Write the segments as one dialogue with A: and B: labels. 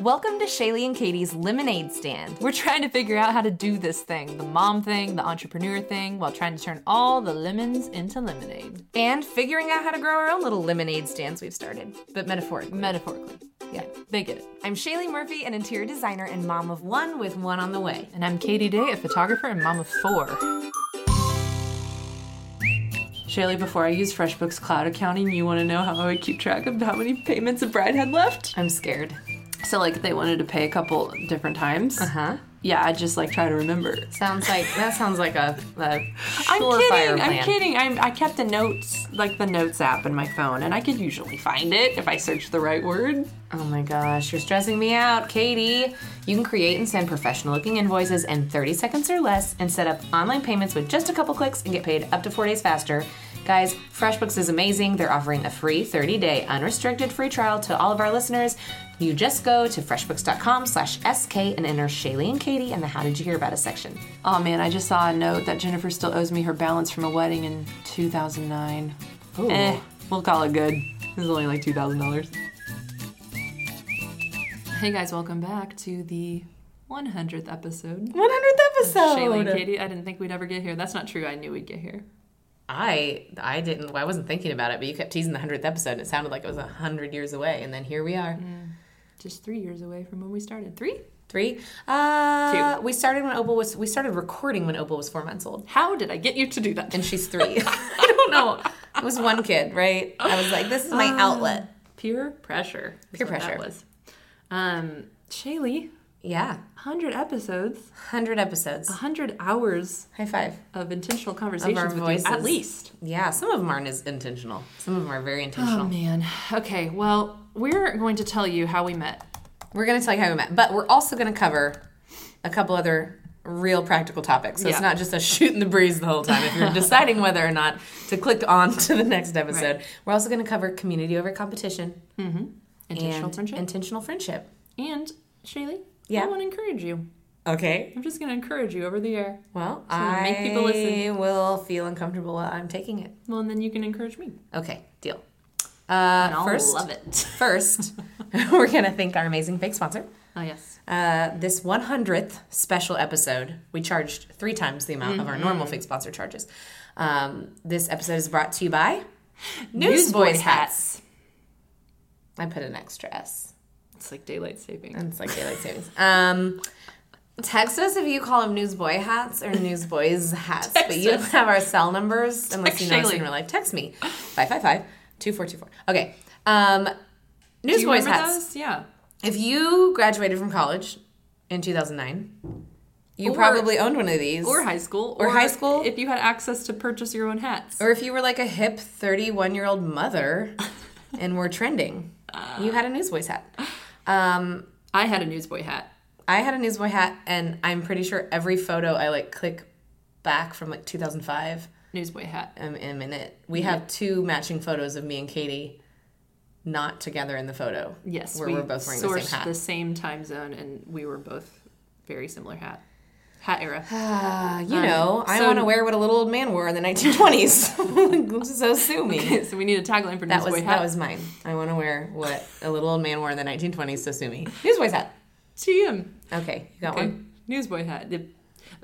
A: Welcome to Shaylee and Katie's Lemonade Stand. We're trying to figure out how to do this thing the mom thing, the entrepreneur thing, while trying to turn all the lemons into lemonade.
B: and figuring out how to grow our own little lemonade stands we've started, but metaphorically.
A: Metaphorically. Yeah, they get it.
B: I'm Shaylee Murphy, an interior designer and mom of one with one on the way.
A: And I'm Katie Day, a photographer and mom of four. Shaylee, before I use FreshBooks Cloud Accounting, you want to know how I would keep track of how many payments a bride had left?
B: I'm scared.
A: So, like, they wanted to pay a couple different times.
B: Huh?
A: Yeah, I just like try to remember.
B: Sounds like that sounds like a, a
A: I'm
B: surefire
A: kidding.
B: plan.
A: I'm kidding. I'm, I kept the notes, like the notes app in my phone, and I could usually find it if I search the right word.
B: Oh my gosh, you're stressing me out, Katie. You can create and send professional looking invoices in 30 seconds or less and set up online payments with just a couple clicks and get paid up to four days faster. Guys, FreshBooks is amazing. They're offering a free 30-day unrestricted free trial to all of our listeners. You just go to freshbooks.com slash SK and enter Shaylee and Katie in the How Did You Hear About Us section.
A: Oh man, I just saw a note that Jennifer still owes me her balance from a wedding in 2009.
B: Ooh.
A: Eh, we'll call it good. This is only like $2,000. Hey guys, welcome back to the 100th episode.
B: 100th episode!
A: Shaylee and Katie, I didn't think we'd ever get here. That's not true. I knew we'd get here.
B: I I didn't I wasn't thinking about it, but you kept teasing the 100th episode and it sounded like it was 100 years away and then here we are.
A: Just three years away from when we started. Three?
B: Three. Uh, We started when Opal was. We started recording when Opal was four months old,
A: How did I get you to do that?
B: and she's three. I don't know. It was one kid, right? I was like, this is my outlet.
A: Peer pressure. is
B: Peer
A: what
B: pressure.
A: that was. Um, Shaylee,
B: Yeah,
A: 100 episodes,
B: hundred episodes.
A: 100 hours
B: High five.
A: of intentional conversations with
B: voices.
A: you, at least.
B: Yeah, some of them aren't as intentional. Some of them are very
A: Oh
B: intentional.
A: man. Okay. Well, we're going to tell you how we met.
B: We're gonna tell you how we met, but we're also gonna cover a couple other real practical topics. So it's
A: Yeah.
B: not just a shoot in the breeze the whole time. If you're deciding whether or not to click on to the next episode, we're also gonna cover community over competition
A: Intentional
B: and
A: friendship. And,
B: intentional friendship.
A: Shaylee,
B: Yeah.
A: I want to encourage you.
B: Okay.
A: I'm just going to encourage you over the air.
B: Well,
A: gonna
B: I
A: make people listen.
B: will feel uncomfortable while I'm taking it.
A: Well, and then you can encourage me.
B: Okay, deal. Uh,
A: And I'll
B: first,
A: love it.
B: first, we're gonna thank our amazing fake sponsor.
A: Oh yes.
B: Uh, this 100th special episode, we charged three times the amount of our normal
A: Mm-hmm.
B: fake sponsor charges. Um, this episode is brought to you by
A: Newsboy
B: Newsboys hats. I put an extra S.
A: It's like daylight saving.
B: It's like daylight savings. Um, text us if you call them newsboy hats or newsboys hats, but you don't have our cell numbers unless
A: Text
B: you know us
A: Shaylee.
B: in real life. Text me 555-2424. Okay. Um,
A: Do you
B: newsboys
A: remember
B: hats.
A: those? Yeah.
B: If you graduated from college in 2009, you
A: Or-
B: probably owned one of these.
A: Or high school.
B: Or high school.
A: If you had access to purchase your own hats.
B: Or if you were like a hip 31 year old mother and were trending, you had a newsboys hat. Um,
A: I had a newsboy hat.
B: I had a newsboy hat, and I'm pretty sure every photo I like click back from like 2005.
A: Newsboy hat.
B: I'm, I'm in it. We have two matching photos of me and Katie, not together in the photo.
A: Yes.
B: where
A: we
B: we are both wearing the
A: sourced
B: same hat.
A: time zone, and we were both very similar hat. Hat era.
B: Ah, you know, I
A: so-
B: want to wear what a little old man wore in the 1920s. so sue me.
A: so we need a tagline for
B: That was
A: newsboy hat.
B: that was mine. I want to wear what a little old man wore in the 1920s. So sue me. Newsboy's hat.
A: TM.
B: Okay, you got
A: Okay.
B: one.
A: Newsboy hat. The-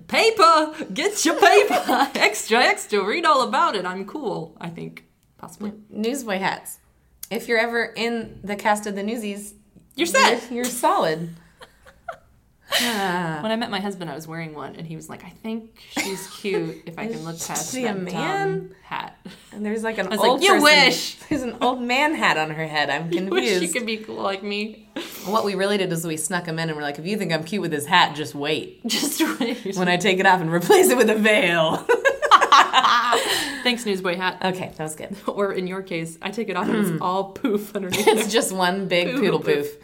A: Paper! Get your paper! extra, extra. Read all about it. I'm cool, I think. Possibly.
B: Newsboy hats. If you're ever in the cast of the Newsies,
A: You're set!
B: You're, you're solid. Ah.
A: When I met my husband, I was wearing one, and he was like, I think she's cute if I can look past
B: she
A: that
B: a
A: dumb
B: man?
A: hat.
B: And there's like an
A: was like,
B: old
A: "You
B: person-
A: wish!"
B: There's an old man hat on her head. I'm
A: Wish she
B: confused.
A: could be cool like me.
B: What we really did is we snuck him in and we're like, if you think I'm cute with this hat, just wait.
A: Just wait.
B: When I take it off and replace it with a veil.
A: Thanks, Newsboy hat.
B: okay, that was good.
A: Or in your case, I take it off and it's all poof underneath.
B: Mm. It's just one big poodle
A: Poodle
B: poof.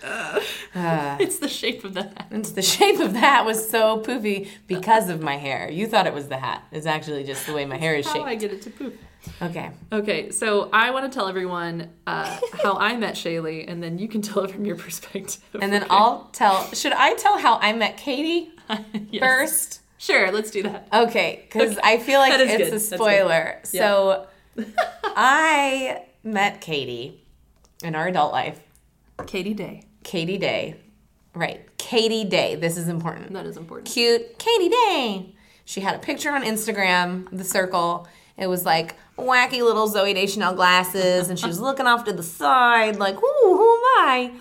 B: Ah.
A: it's the shape of the hat.
B: And the shape of the hat was so poofy because of my hair. You thought it was the hat. It's actually just the way my hair is
A: How do
B: shaped.
A: I get it to poof?
B: Okay.
A: Okay, so I want to tell everyone uh, how I met Shaylee, and then you can tell it from your perspective.
B: And then
A: okay?
B: I'll tell. Should I tell how I met Katie
A: Yes.
B: first?
A: Sure, let's do that.
B: Okay, because I feel like
A: That is
B: it's
A: good.
B: a
A: That's good.
B: spoiler. So I met Katie in our adult life,
A: Katie Day.
B: Katie Day, Right. Katie Day. This is important.
A: That is important.
B: Cute Katie Day. She had a picture on Instagram, the circle. It was like wacky little Zoe Deschanel glasses, and she was looking off to the side, like, ooh, who am I?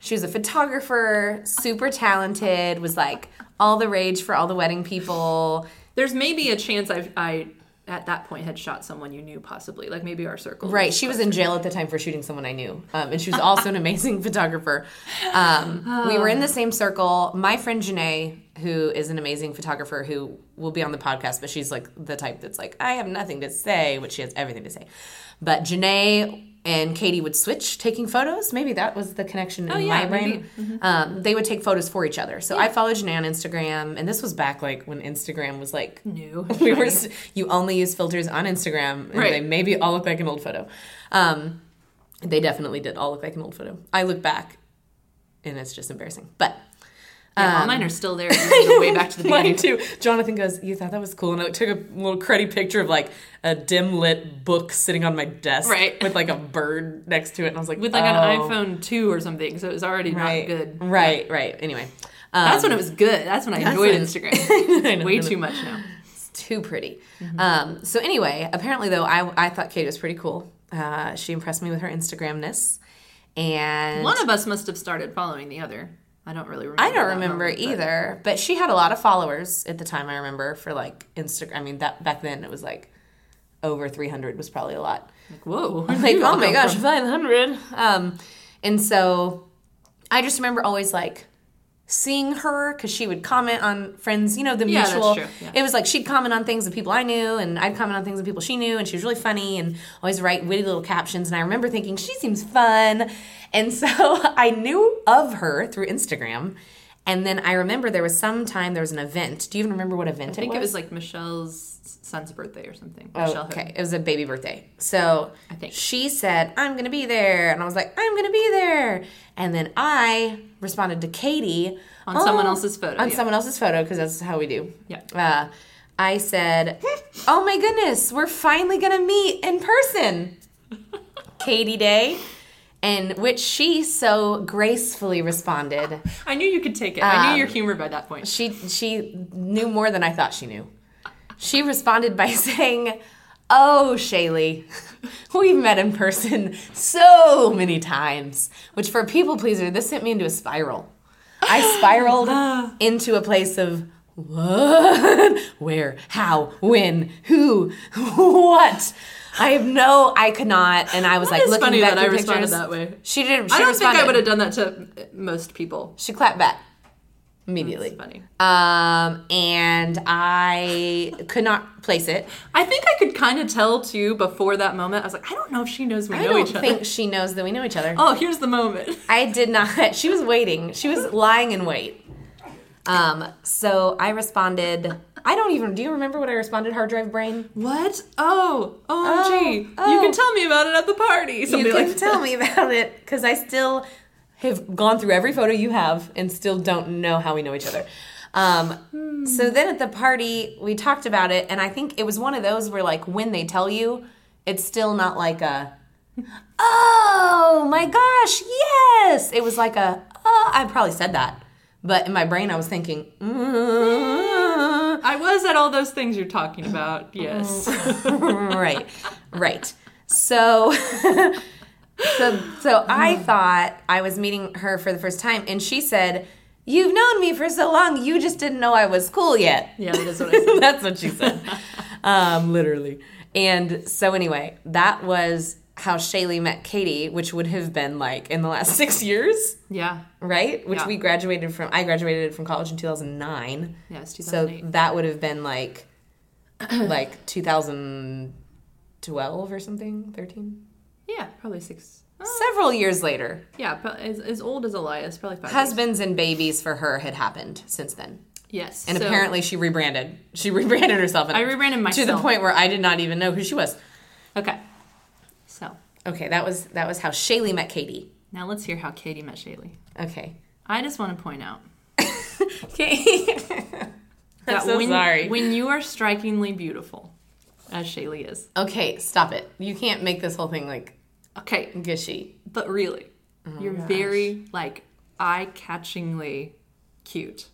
B: She was a photographer, super talented, was like all the rage for all the wedding people.
A: There's maybe a chance I've, I, at that point, had shot someone you knew, possibly. Like maybe our circle.
B: Right, she was in jail at the time for shooting someone I knew, um, and she was also an amazing photographer. Um, we were in the same circle. My friend Janae, who is an amazing photographer, who will be on the podcast, but she's like the type that's like, I have nothing to say, but she has everything to say. But Janae and Katie would switch taking photos. Maybe that was the connection in
A: yeah,
B: my brain. Um, they would take photos for each other. So I followed Janae on Instagram, and this was back like when Instagram was like
A: New.
B: we were s- you only use filters on Instagram, and
A: Right.
B: they maybe all look like an old photo. Um, they definitely did all look like an old photo. I look back, and it's just embarrassing. But
A: Yeah, all mine are still there. You go way back to the
B: Um, mine
A: beginning.
B: too. Jonathan goes, "You thought that was cool," and I took a little cruddy picture of like a dim lit book sitting on my desk,
A: Right.
B: with like a bird next to it, and I was like,
A: With like
B: "Oh."
A: an iPhone 2 or something, so it was already
B: right,
A: not good.
B: right, right." Anyway,
A: That's when it was good. That's when I enjoyed
B: when-
A: Instagram.
B: I know.
A: Way too much now.
B: too pretty. Um, so anyway, apparently though, I, I thought Kate was pretty cool. Uh, she impressed me with her Instagramness, and
A: One of us must have started following the other. I don't really remember.
B: I don't
A: that
B: remember
A: moment, but-
B: either. But she had a lot of followers at the time. I remember for like Instagram. I mean, that back then it was like over three hundred was probably a lot.
A: Like, whoa.
B: like, oh my gosh, 500. Um, and so I just remember always like seeing her because she would comment on friends, you know, the
A: Yeah, that's
B: mutual.
A: true, yeah.
B: It was like she'd comment on things of people I knew, and I'd comment on things of people she knew, and she was really funny and always write witty little captions. And I remember thinking, she seems fun. And so I knew of her through Instagram. And then I remember there was some time there was an event. Do you even remember what event
A: I think
B: it
A: it
B: was?
A: was like Michelle's son's birthday or something. Michelle Hood.
B: Oh, Okay, it was a baby birthday. So
A: I think.
B: she said, I'm going to be there. And I was like, I'm going to be there. And then I responded to Katie
A: On someone else's photo,
B: On
A: yeah.
B: someone else's photo, because that's how we do.
A: Yeah.
B: Uh, I said, Oh my goodness, we're finally going to meet in person. Katie Day. And which she so gracefully responded.
A: I knew you could take it. I knew your humor by that point.
B: Um, She she knew more than I thought she knew. She responded by saying, "Oh, Shaylee, we've met in person so many times." Which for a people pleaser, this sent me into a spiral. I spiraled into a place of what, where, how, when, who, what. I have no. I could not, and I was like
A: is
B: looking
A: funny
B: back
A: that
B: through
A: I responded
B: pictures.
A: that way.
B: She didn't. She
A: I don't think I
B: responded.
A: would have done that to uh, most people.
B: She clapped back immediately.
A: It's funny.
B: Um, and I could not place it.
A: I think I could kind of tell too before that moment. I was like, I don't know if she knows we
B: I
A: know
B: don't
A: each
B: think
A: other.
B: she knows that we know each other.
A: Oh, here's the moment.
B: I did not. She was waiting. She was lying in wait. Um, so I responded. I don't even. Do you remember what I responded? Hard drive brain.
A: What? Oh, OMG.
B: oh.
A: You can tell me about it at the party. Something
B: you can
A: like
B: tell me about it because I still have gone through every photo you have and still don't know how we know each other. Um, so then at the party, we talked about it, and I think it was one of those where, like, when they tell you, it's still not like a, oh my gosh, yes. It was like a, oh, I probably said that. But in my brain, I was thinking, mm,
A: I was at all those things you're talking about. Yes.
B: right, right. So, so, so I
A: Mm.
B: thought I was meeting her for the first time, and she said, "You've known me for so long, you just didn't know I was cool yet."
A: yeah, that is what I said.
B: That's what she said, um, literally. And so, anyway, that was how Shaylee met Katie, which would have been like in the last six years,
A: Yeah.
B: right? Which
A: Yeah.
B: we graduated from. I graduated from college in two thousand nine.
A: Yeah, it's
B: So mm.
A: 2008.
B: that would have been like like 2012 or something, 13.
A: yeah, probably six. Oh,
B: Several years later,
A: yeah, but as, as old as Elias, probably five. years.
B: husbands and babies for her had happened since then.
A: Yes.
B: And
A: so-
B: apparently she rebranded. She rebranded herself. and-
A: I rebranded
B: To the
A: myself.
B: point where I did not even know who she was.
A: Okay. So
B: Okay, that was that was how Shaylee met Katie.
A: now let's hear how Katie met Shaylee.
B: Okay.
A: I just want to point out
B: Okay. I'm so
A: when,
B: sorry.
A: when you are strikingly beautiful, as Shaylee is.
B: okay, stop it. You can't make this whole thing like
A: Okay,
B: gushy.
A: but really, you're very like eye-catchingly cute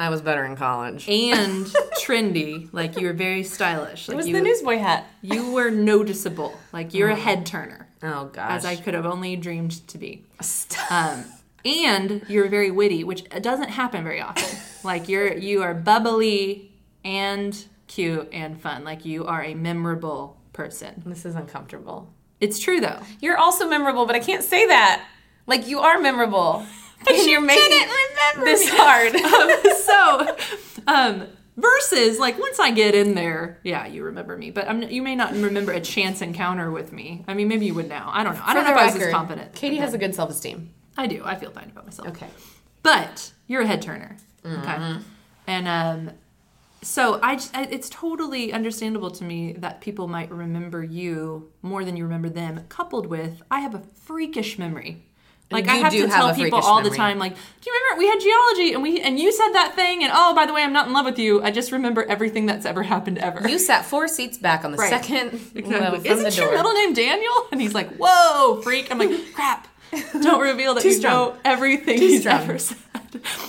B: I was better in college.
A: and trendy. Like you were very stylish. Like
B: It was
A: you,
B: the newsboy hat.
A: you were noticeable. Like you're a head turner,
B: Oh gosh.
A: as I could have only dreamed to be.
B: Stop.
A: Um, and you're very witty, which doesn't happen very often. Like you're you are bubbly and cute and fun. Like you are a memorable person.
B: This is uncomfortable.
A: It's true though.
B: You're also memorable, but I can't say that. Like you are memorable. and you're making
A: remember
B: this hard.
A: so um versus like once i get in there yeah you remember me but I'm, you may not remember a chance encounter with me i mean maybe you would now i don't know i don't know if i was as confident
B: Katie has a good self-esteem.
A: i do i feel fine about myself
B: Okay.
A: but you're a head turner
B: Mm-hmm.
A: okay and um so I, j- I- it's totally understandable to me that people might remember you more than you remember them coupled with i have a freakish memory like I
B: You
A: have
B: do
A: to
B: have
A: tell
B: a
A: people
B: freakish
A: all the
B: memory.
A: time, like, do you remember we had geology and we and you said that thing and oh by the way I'm not in love with you. I just remember everything that's ever happened ever.
B: You sat four seats back on the second level from
A: Isn't
B: the door.
A: your middle name Daniel? And he's like, whoa, freak. I'm like, crap. Don't reveal that you
B: strong.
A: know everything he's
B: strong.
A: ever said.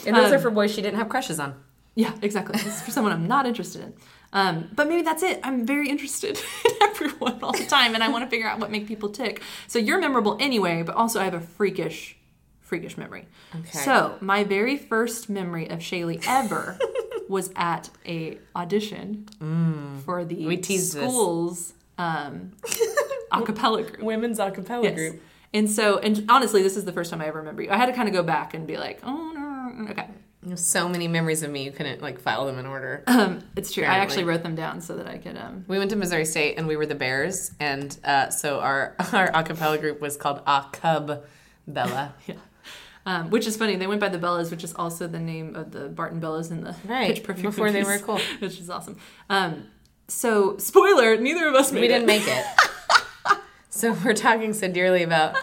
B: and those
A: Um,
B: are for boys she didn't have crushes on.
A: yeah, exactly. It's for someone I'm not interested in. Um, but maybe that's it. I'm very interested in everyone all the time, and I want to figure out what make people tick. So you're memorable anyway, but also I have a freakish, freakish memory.
B: Okay.
A: So my very first memory of Shaylee ever was at a audition for the
B: Mm. We teased this.
A: school's um, acapella group.
B: Women's acapella
A: Yes. And so, and honestly, this is the first time I ever remember you. I had to kind of go back and be like, oh no, okay.
B: There's so many memories of me you couldn't like file them in order.
A: Um, it's true. I
B: Apparently.
A: actually wrote them down so that I could. Um,
B: We went to Missouri State and we were the Bears, and uh, so our our acapella group was called A Cub Bella.
A: yeah. Um, which is funny. They went by the Bellas, which is also the name of the Barton Bellas in the
B: Right,
A: Pitch Perfect
B: before they
A: movies,
B: were cool.
A: which is awesome. Um, so spoiler: neither of us made
B: We didn't
A: it.
B: make it. so we're talking so dearly about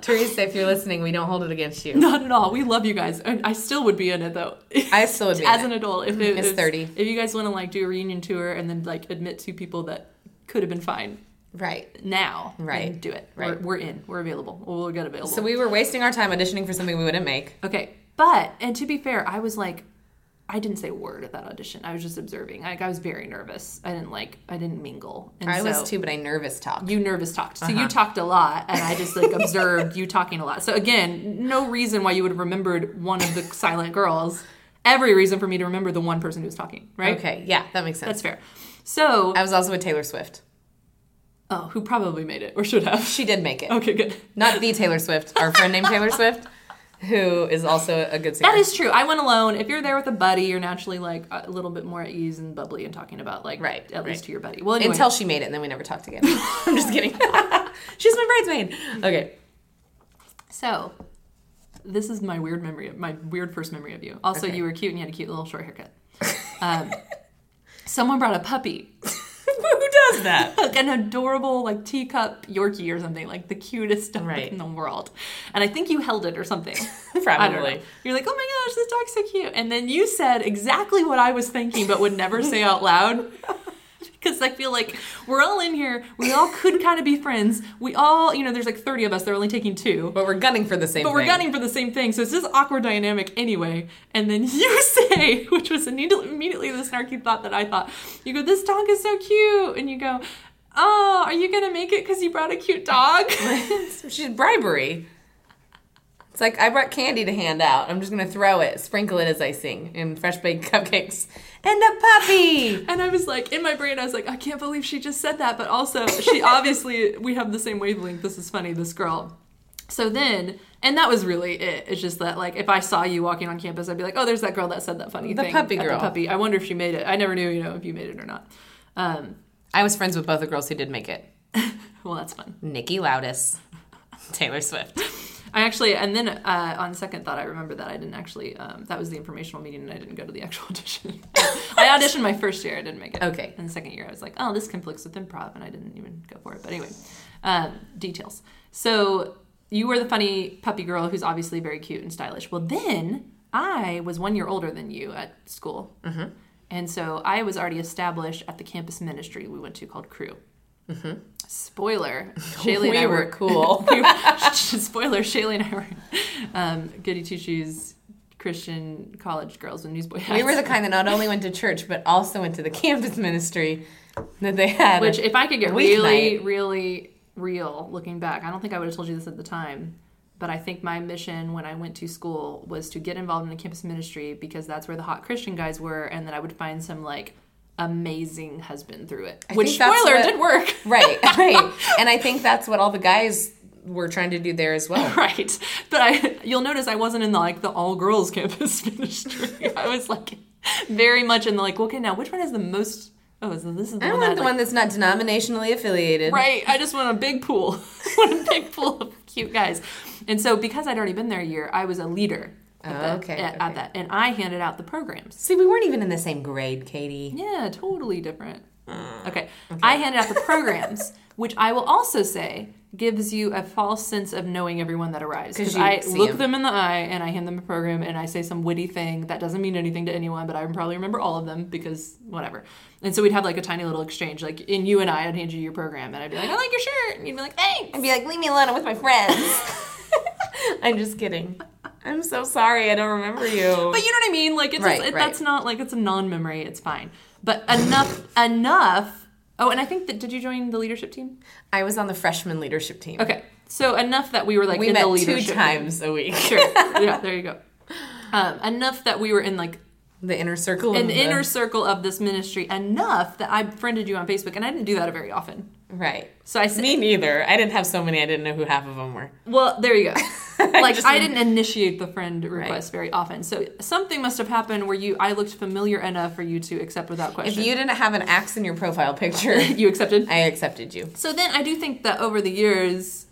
B: Teresa. If you're listening, we don't hold it against you.
A: Not at all. We love you guys, and I still would be in it though.
B: I still would be in
A: as
B: it. Mm-hmm.
A: an adult. If it,
B: It's
A: if-
B: 30.
A: If you guys want to like do a reunion tour and then like admit two people that could have been fine
B: Right.
A: now, then
B: Right.
A: Do it.
B: Right.
A: We're, we're in. We're available. We'll get available.
B: So we were wasting our time auditioning for something we wouldn't make.
A: Okay, but and to be fair, I was like, I didn't say a word at that audition. I was just observing. Like I was very nervous. I didn't like. I didn't mingle. And
B: I
A: so
B: was too, Uh-huh. but I nervous talk.
A: You nervous talked. So you talked a lot, and I just like observed you talking a lot. So again, no reason why you would have remembered one of the silent girls. Every reason for me to remember the one person who was talking. Right.
B: Okay, yeah, that makes sense.
A: That's fair. So,
B: I was also with Taylor Swift.
A: oh, who probably made it or should have?
B: She did make it.
A: Okay, good.
B: Not the Taylor Swift, our friend named Taylor Swift, who is also a good singer.
A: That is true. I went alone. If you're there with a buddy, you're naturally like a little bit more at ease and bubbly and talking about like
B: Right,
A: at least
B: right.
A: to your buddy. Well, anyway,
B: Until she made it, and then we never talked again. I'm just kidding. She's my bridesmaid. Okay.
A: so this is my weird memory, my weird first memory of you. Also,
B: Okay.
A: you were cute and you had a cute little short haircut. Um, someone brought a puppy,
B: Who does that?
A: like an adorable like teacup Yorkie or something, like the cutest stuff
B: Right.
A: in the world. And I think you held it or something. I don't know.
B: Probably.
A: You're like, oh my gosh, this dog's so cute. And then you said exactly what I was thinking but would never say out loud. Because I feel like we're all in here. We all could kind of be friends. We all, you know, there's like 30 of us. They're only taking two.
B: But we're gunning for the same
A: But we're
B: thing.
A: gunning for the same thing. So it's this awkward dynamic anyway. And then you say, which was immediately immediately the snarky thought that I thought, you go, this dog is so cute. And you go, oh, are you going to make it because you brought a cute dog?
B: She's bribery. It's like I brought candy to hand out. I'm just gonna throw it, sprinkle it as I sing, and fresh baked cupcakes and a puppy.
A: And I was like, in my brain, I was like, I can't believe she just said that. But also, she obviously, we have the same wavelength. This is funny, this girl. So then, and that was really it. It's just that, like, if I saw you walking on campus, I'd be like, oh, there's that girl that said that funny
B: The
A: thing.
B: puppy
A: at
B: girl.
A: The puppy. I wonder if she made it. I never knew, you know, if you made it or not. Um,
B: I was friends with both the girls who did make it.
A: well, that's fun.
B: Nikki Loudis, Taylor Swift.
A: I actually, and then uh, on second thought, I remember that I didn't actually, um, that was the informational meeting and I didn't go to the actual audition. I auditioned my first year, I didn't make it.
B: Okay.
A: And the second year, I was like, oh, this conflicts with improv, and I didn't even go for it. But anyway, um, details. So you were the funny puppy girl who's obviously very cute and stylish. Well, then I was one year older than you at
B: Mm-hmm.
A: school. And so I was already established at the campus ministry we went to called Crew. Spoiler: Shaylee and
B: Mm-hmm. We
A: I
B: were
A: were
B: cool.
A: We were- spoiler: Shaylee and I were um, goody two shoes Christian college girls with newsboy hats.
B: We were the kind that not only went to church but also went to the campus ministry that they had.
A: Which, if I could get
B: Weeknight.
A: really, really real looking back, I don't think I would have told you this at the time, but I think my mission when I went to school was to get involved in the campus ministry because that's where the hot Christian guys were, and then I would find some like amazing husband through it. Which
B: think that's
A: spoiler
B: what-
A: did work.
B: right, right. And I think that's what all the guys were trying to do there as well.
A: Right. But I you'll notice I wasn't in the like the all girls campus ministry. I was like very much in the like, okay, now which one is the most oh is this is the
B: I
A: one
B: want
A: that,
B: the
A: like-
B: one that's not denominationally affiliated.
A: Right. I just want a big pool. I want a big pool of cute guys. And so because I'd already been there a year, I was a leader at,
B: Oh,
A: that,
B: okay,
A: at,
B: okay.
A: at that. And I handed out the programs.
B: See, we weren't even in the same grade, Katie.
A: Yeah, totally different.
B: Ah,
A: okay. I handed out the programs, which I will also say gives you a false sense of knowing everyone that arrives
B: 'Cause
A: because
B: you
A: I
B: see
A: look
B: 'em.
A: them in the eye and I hand them a program and I say some witty thing that doesn't mean anything to anyone, but I probably remember all of them because whatever. And so we'd have like a tiny little exchange, like in you and I, I'd hand you your program and I'd be like, I like your shirt, and you'd be like, thanks.
B: I'd be like, leave me alone. I'm with my friends. I'm just kidding. I'm so sorry. I don't remember you.
A: But you know what I mean? Like it's
B: Right,
A: it,
B: right.
A: that's not like it's a non-memory. It's fine. But enough, enough. Oh, and I think that did you join the leadership team?
B: I was on the freshman leadership team.
A: Okay, so enough that we were like
B: We
A: in
B: met
A: the
B: two
A: leadership.
B: times a week.
A: Sure. yeah, there you go. Um, enough that we were in like
B: The inner circle.
A: an
B: of the-
A: inner circle of this ministry. Enough that I friended you on Facebook, and I didn't do that very often.
B: Right.
A: So I said,
B: Me neither. I didn't have so many. I didn't know who half of them were.
A: well, there you go. Like
B: just-
A: I didn't initiate the friend request very often, so something must have happened where you I looked familiar enough for you to accept without
B: If
A: question.
B: you didn't have an axe in your profile picture,
A: you accepted.
B: I accepted you.
A: So then I do think that over the years,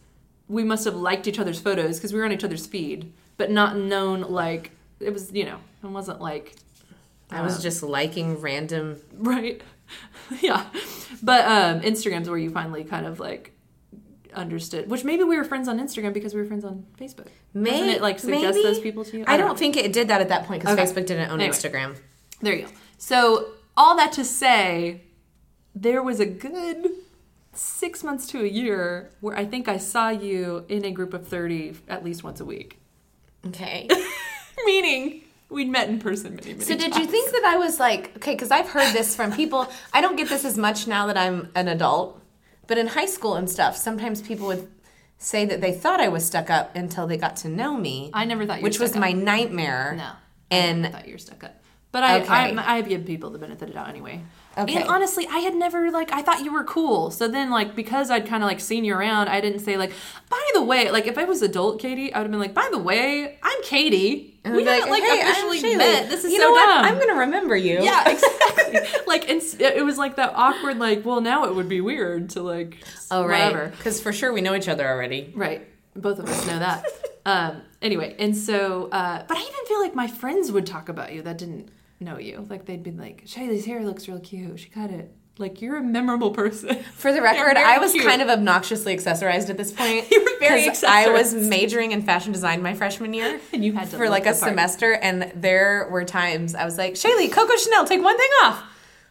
A: we must have liked each other's photos because we were on each other's feed, but not known like it was, you know, it wasn't like
B: I was just liking random.
A: right, yeah. But um, Instagram's where you finally kind of like understood. Which maybe we were friends on Instagram because we were friends on Facebook.
B: May-
A: Doesn't it like suggest
B: maybe?
A: those people to you?
B: I, don't,
A: know.
B: think it did that at that point because
A: Okay.
B: Facebook didn't own
A: Anyway.
B: Instagram.
A: There you go. So all that to say, there was a good six months to a year where I think I saw you in a group of thirty at least once a week.
B: Okay.
A: Meaning we'd met in person many, many
B: So did you think that I was like okay? Because I've heard this from people. I don't get this as much now that I'm an adult, but in high school and stuff, sometimes people would say that they thought I was stuck up until they got to know me,
A: I never thought you
B: which
A: were
B: was
A: stuck
B: my
A: up.
B: nightmare.
A: no. I
B: And
A: thought you were stuck up. But I,
B: Okay.
A: I I give people the benefit of the doubt anyway.
B: Okay.
A: And honestly, I had never like I thought you were cool. So then like because I'd kind of like seen you around, I didn't say like, by the way, like if I was adult Katie, I would have been like, by the way, I'm Katie.
B: and
A: we
B: I'd be
A: haven't like,
B: "Hey, I'm
A: officially
B: Shaylee.
A: met. This is
B: you
A: so
B: know what?
A: dumb.
B: I'm gonna remember you.
A: yeah, exactly. like it's, it was like that awkward like, well now it would be weird to like
B: Oh right.
A: whatever.
B: Because for sure we know each other already.
A: Right. Both of us know that. um, anyway, and so, uh, but I even feel like my friends would talk about you that didn't know you. Like they'd be like, Shaylee's hair looks real cute. She cut it. Like you're a memorable person.
B: For the record,
A: very
B: I was
A: cute.
B: kind of obnoxiously accessorized at this point.
A: You were very
B: 'cause I was
A: accessorized.
B: majoring in fashion design my freshman year.
A: and you had to
B: for
A: look
B: like
A: the
B: a
A: part.
B: semester, and there were times I was like, Shaylee, Coco Chanel, take one thing off.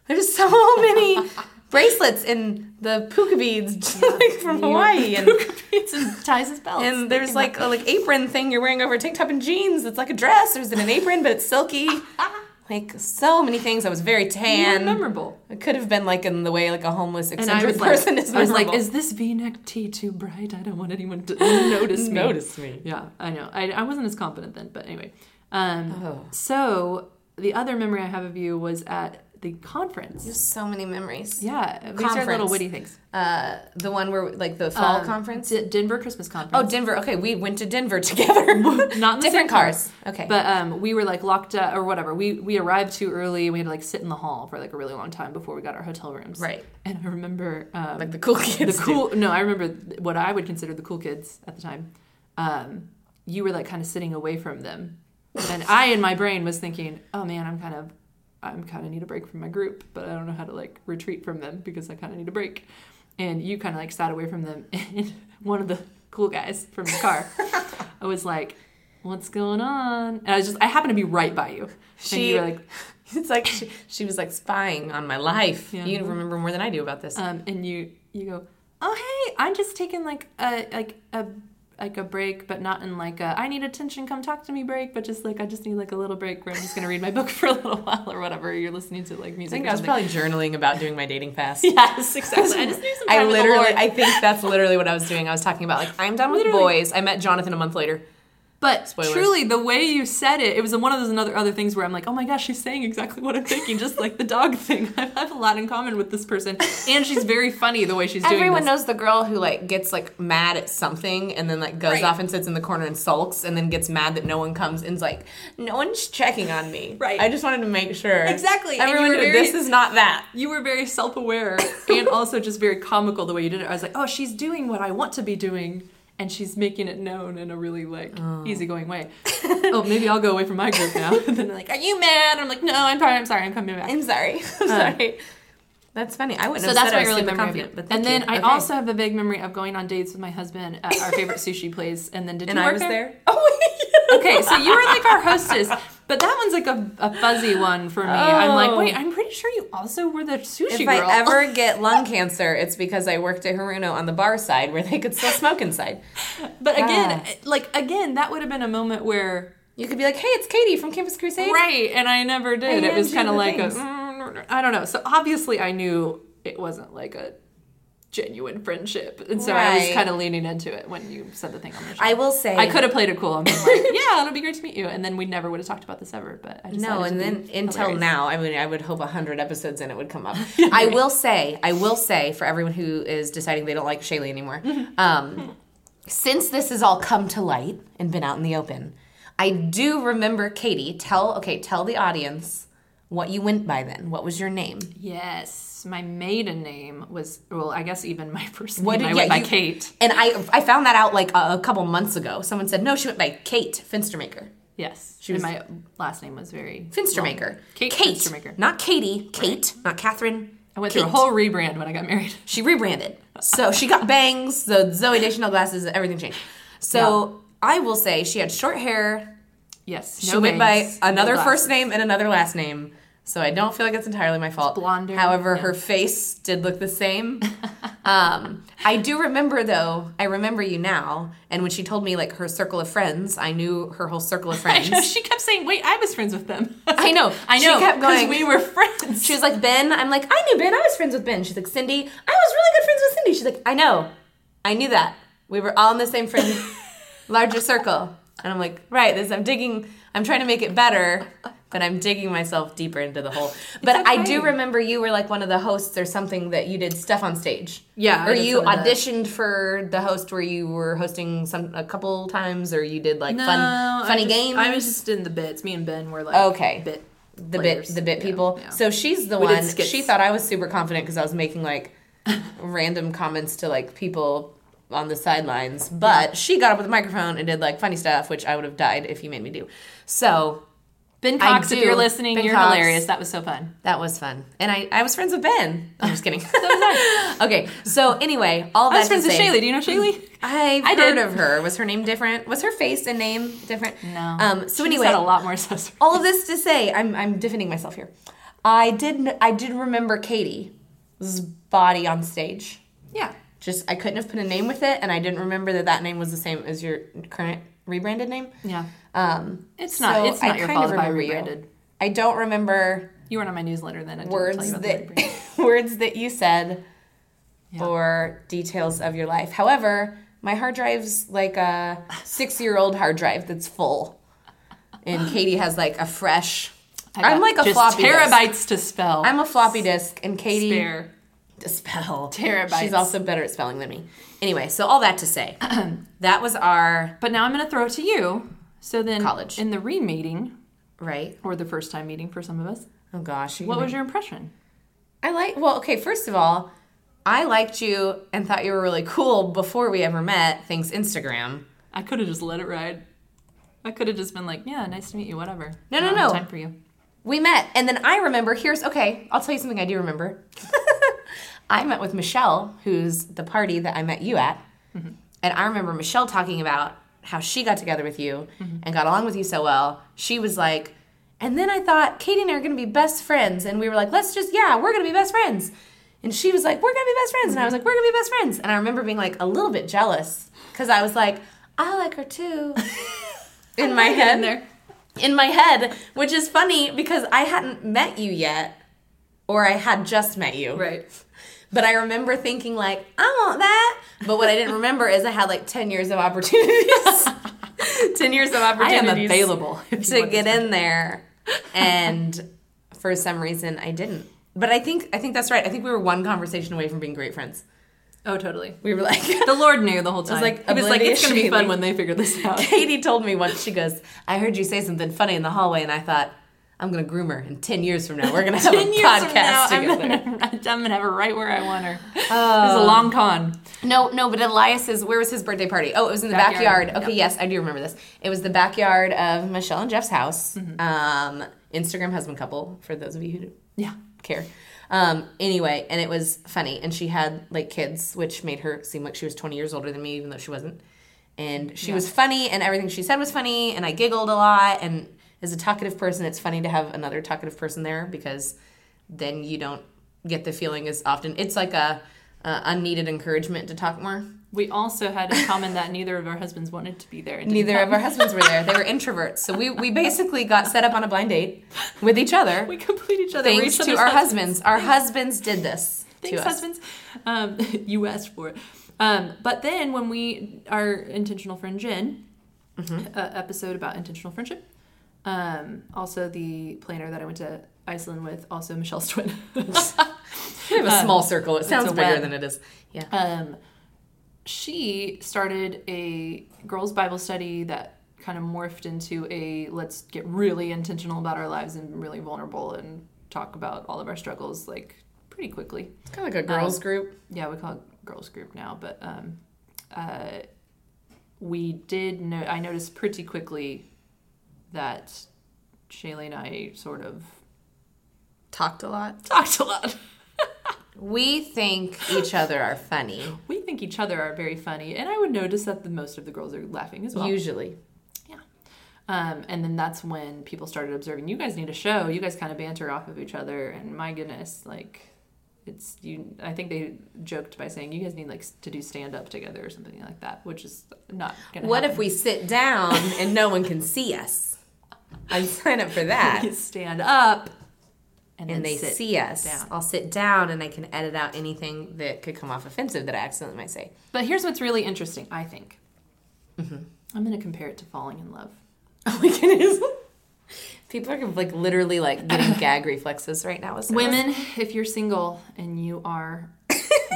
B: There's so many bracelets and the puka beads like from Hawaii, and
A: it's in ties his belt.
B: and there's like a like apron thing you're wearing over a tank top and jeans. It's like a dress. There's an apron, but it's silky. Like so many things. I was very
A: you're
B: tan.
A: memorable.
B: It could have been like in the way like a homeless
A: And I
B: eccentric
A: was like,
B: person is
A: I was
B: memorable.
A: like, is this V-neck tee too bright? I don't want anyone to notice me.
B: notice me?
A: Yeah, I know. I, I wasn't as confident then, but anyway. Um,
B: Oh.
A: So the other memory I have of you was at the conference.
B: There's so many memories.
A: Yeah, these are little
B: Conference.
A: witty things.
B: Uh, the one where like the fall
A: Um,
B: conference.
A: D- Denver Christmas
B: Oh,
A: conference.
B: Denver. Okay, we went to Denver together.
A: not in the same
B: different
A: car.
B: cars. Okay,
A: But um, we were like locked up or whatever. We we arrived too early. and We had to like sit in the hall for like a really long time before we got our hotel rooms.
B: Right.
A: And I remember um,
B: like the cool
A: the
B: kids.
A: cool. No, I remember th- what I would consider the cool kids at the time. Um, you were like kind of sitting away from them, and I in my brain was thinking, oh man, I'm kind of. I'm kind of need a break from my group, but I don't know how to like retreat from them because I kind of need a break. And you kind of like sat away from them, and one of the cool guys from the car, I was like, "What's going on?" And I was just, I happened to be right by you, and
B: She-
A: you were like,
B: It's like she, she was like spying on my life.
A: Yeah.
B: You remember more than I do about this.
A: um, and you you go, oh hey, I'm just taking like a like a like a break, but not in like a I need attention, come talk to me break, but just like I just need like a little break where I'm just gonna read my book for a little while or whatever. You're listening to like
B: I
A: music.
B: think
A: or
B: I was
A: something.
B: probably journaling about doing my dating fast.
A: yes, exactly. I just need some time
B: I
A: with the
B: literally,
A: Lord.
B: I think that's literally what I was doing. I was talking about like I'm done with
A: Literally.
B: boys. I met Jonathan a month later.
A: But
B: Spoilers.
A: truly, the way you said it, it was one of those another other things where I'm like, oh my gosh, she's saying exactly what I'm thinking, just like the dog thing. I have a lot in common with this person, and she's very funny the way she's doing.
B: Everyone
A: this.
B: knows the girl who like gets like mad at something and then like goes
A: Right.
B: off and sits in the corner and sulks and then gets mad that no one comes and's like, no one's checking on me.
A: Right.
B: I just wanted to make sure
A: Exactly. And you
B: Everyone,
A: were
B: knew
A: very-
B: this is not that.
A: You were very self-aware and also just very comical the way you did it. I was like, oh, she's doing what I want to be doing, and she's making it known in a really like easygoing way. oh, maybe I'll go away from my group now. and then they're like, are you mad? I'm like, no, I'm tired. I'm sorry. I'm coming back.
B: I'm sorry. I'm sorry. Um, That's funny. I wouldn't.
A: So
B: have
A: that's
B: said I was
A: my really
B: super
A: memory of
B: confident,
A: it.
B: but thank
A: and then
B: you.
A: I
B: Okay.
A: also have a big memory of going on dates with my husband at our favorite sushi place. And then did
B: and
A: you
B: I
A: work
B: was there.
A: Okay, so you were like our hostess, but that one's like a, a fuzzy one for me. I'm like,
B: Oh.
A: wait, I'm pretty sure you also were the sushi
B: If
A: girl.
B: I ever get lung cancer, it's because I worked at Haruno on the bar side where they could still smoke inside.
A: but again, eh,
B: Yeah.
A: like again, that would have been a moment where
B: You could be like, "Hey, it's Katie from Campus Crusade."
A: right, and I never did.
B: I
A: it was
B: am
A: kind of
B: doing
A: like a,
B: things.
A: mm, I don't know. So obviously, I knew it wasn't like a genuine friendship, and so I was
B: Right.
A: kind of leaning into it when you said the thing on the show.
B: I will say,
A: I could have played it cool. I'm like, yeah, it'll be great to meet you, and then we never would have talked about this ever. But I just
B: No, and then until
A: hilarious.
B: now, I mean, I would hope hundred episodes in it would come up. I will say, I will say for everyone who is deciding they don't like Shaylee anymore,
A: Mm-hmm.
B: um, since this has all come to light and been out in the open, I do remember Katie. Tell okay, tell the audience what you went by then. What was your name?
A: yes, my maiden name was well, I guess even my first
B: What
A: name.
B: did-
A: I went
B: yeah,
A: by
B: you-
A: Kate.
B: And I I found that out like a, a couple months ago. Someone said no, she went by Kate Finstermaker.
A: Yes,
B: was-
A: and my last name was very
B: Finstermaker.
A: long. Kate,
B: Kate
A: Finstermaker.
B: Not Katie. Kate. Not Catherine.
A: I went
B: Kate.
A: through a whole rebrand when I got married.
B: She rebranded. So she got bangs, the Zoe Deschanel glasses, everything changed. So I will say she had short hair.
A: Yes,
B: She
A: no
B: went
A: bangs,
B: by
A: no
B: another
A: glasses.
B: first name and another last name. So I don't feel like it's entirely my fault.
A: blonder,
B: However,
A: yeah.
B: her face did look the same. um, I do remember though. I remember you now. And when she told me like her circle of friends, I knew her whole circle of
A: I
B: friends.
A: know, she kept saying, "Wait, I was friends with them."
B: I know.
A: I
B: She
A: know.
B: kept
A: 'cause
B: going-
A: We were friends.
B: She was like, Ben. I'm like, I knew Ben. I was friends with Ben. She's like, Cindy. I was really good friends with Cindy. She's like, I know. I knew that. We were all in the same friend, larger circle. And I'm like, right. This I'm digging. I'm trying to make it better, but I'm digging myself deeper into the hole. But I do
A: okay.
B: remember you were like one of the hosts or something that you did stuff on stage.
A: Yeah, I
B: Or
A: did
B: you
A: some of the-
B: auditioned for the host where you were hosting some a couple times, or you did like fun
A: I
B: funny
A: just-
B: games.
A: I was just in the bits. Me and Ben were like
B: Okay.
A: bit
B: the
A: players.
B: bit the bit
A: Yeah,
B: people.
A: yeah.
B: So she's the
A: We did
B: one.
A: skits.
B: She thought I was super confident because I was making like random comments to like people on the sidelines, but she got up with a microphone and did like funny stuff, which I would have died if you made me do. So
A: Ben
B: I
A: Cox, if
B: do.
A: you're listening,
B: Ben
A: you're
B: Cox.
A: hilarious. That was so fun.
B: that was fun, and I I was friends with Ben. I'm just kidding. okay, so anyway, all
A: I was
B: that
A: friends
B: to
A: with
B: say,
A: Shaylee. Do you know Shaylee?
B: I've
A: I
B: heard
A: did.
B: of her. Was her name different? Was her face and name different?
A: No.
B: Um. So
A: She just
B: anyway,
A: had a lot more accessories.
B: all of this to say, I'm I'm defending myself here. I did I did remember Katie's body on stage.
A: Yeah.
B: Just I couldn't have put a name with it, and I didn't remember that that name was the same as your current rebranded name.
A: Yeah.
B: Um,
A: It's not.
B: so
A: it's not
B: I
A: your
B: kind
A: fault
B: of
A: if I
B: remember you.
A: rebranded.
B: I don't remember
A: You weren't on my newsletter then. I didn't tell
B: words
A: you about the rebrand.
B: that words that you said
A: Yeah.
B: or details of your life. However, my hard drive's like a six-year-old hard drive that's full, and Katie has like a fresh.
A: I
B: I'm
A: got
B: like a
A: just
B: floppy disk.
A: terabytes to spell.
B: I'm a floppy disk, and Katie
A: spare.
B: to spell
A: Terabytes.
B: She's also better at spelling than me. Anyway, so all that to say, that was our
A: But now I'm going to throw it to you. So then,
B: College.
A: in the re-meeting
B: right.
A: or the first time meeting for some of us,
B: Oh gosh,
A: what was your impression?
B: I like? Well, okay. First of all, I liked you and thought you were really cool before we ever met. Thanks Instagram.
A: I could have just let it ride. I could have just been like, "Yeah, nice to meet you. Whatever."
B: No, no,
A: Not
B: no.
A: Time for you.
B: We met, and then I remember. Here's okay. I'll tell you something I do remember. I met with Michelle, who's the party that I met you at,
A: Mm-hmm.
B: and I remember Michelle talking about how she got together with you
A: Mm-hmm.
B: and got along with you so well. She was like, and then I thought Katie and I are going to be best friends, and we were like, let's just yeah, we're going to be best friends. And she was like, We're gonna be best friends. And I was like, We're gonna be best friends. And I remember being like a little bit jealous because I was like, I like her too. in my head.
A: in there.
B: In my head, which is funny because I hadn't met you yet, or I had just met you.
A: Right.
B: But I remember thinking like, I want that. But what I didn't remember is I had like ten years of opportunities. ten years of
A: I
B: opportunities
A: am available. if you
B: to
A: want
B: get
A: this.
B: in there and for some reason i didn't but i think i think that's right i think we were one conversation away from being great friends
A: Oh, totally.
B: we were like
A: The Lord knew the whole time.
B: like,
A: he was like, it's gonna be fun
B: oblitiously-
A: when they figure this out.
B: katie told me once she goes i heard you say something funny in the hallway and i thought i'm gonna groom her and 10 years from now we're gonna have a podcast
A: I'm
B: together Oh.
A: gonna, I'm gonna have her right where I want her. It's a long con.
B: No, no, but Elias's, where was his birthday party? Oh, it was in the backyard.
A: Backyard,
B: Okay, yes, I do remember this. It was the backyard of Michelle and Jeff's house. Um, Instagram husband couple, for those of you who
A: Yeah.
B: care. Um, anyway, and it was funny. And she had like kids, which made her seem like she was 20 years older than me, even though she wasn't. And she was funny, and everything she said was funny, and I giggled a lot. And as a talkative person, it's funny to have another talkative person there because then you don't get the feeling as often. It's like a, a unneeded encouragement to talk more.
A: We also had in common that neither of our husbands wanted to be there. and didn't
B: Neither of
A: come.
B: our husbands were there; they were introverts. So we we basically got set up on a blind date with each other,
A: We complete each other. We're
B: thanks
A: each
B: to
A: other's
B: our
A: husbands.
B: husbands. Our husbands did this to
A: Thanks,
B: us.
A: husbands. Um, you asked for it. Um, but then when we our intentional friend Jen
B: Mm-hmm.
A: uh, episode about intentional friendship, um, also the planner that I went to Iceland with, also Michelle's twin.
B: We have a small circle. It Uh, sounds
A: a
B: bigger
A: web.
B: than it is. Yeah.
A: um, she started a girls' Bible study that kind of morphed into a let's get really intentional about our lives and really vulnerable and talk about all of our struggles like pretty quickly.
B: It's kind of like a girls group.
A: yeah, we call it girls group now, but um, uh, we did know. I noticed pretty quickly that Shaylee and I sort of
B: Talked a lot.
A: talked a lot.
B: We think each other are funny,
A: We think each other are very funny, and I would notice that the most of the girls are laughing as well.
B: usually.
A: Um, and then that's when people started observing. You guys need a show. You guys kind of banter off of each other, and my goodness, like it's you. I think they joked by saying you guys need like s- to do stand up together or something like that, which is not gonna.
B: What
A: happen.
B: if we sit down and no one can see us? I'd sign up for that.
A: You stand up and, then
B: And they
A: sit.
B: see us.
A: down.
B: I'll sit down and I can edit out anything that could come off offensive that I accidentally might say.
A: But here's what's really interesting, I think.
B: Mm-hmm.
A: I'm going to compare it to falling in love.
B: Oh my goodness. People are like literally like getting gag reflexes right now. With Sarah.
A: Women, if you're single and you are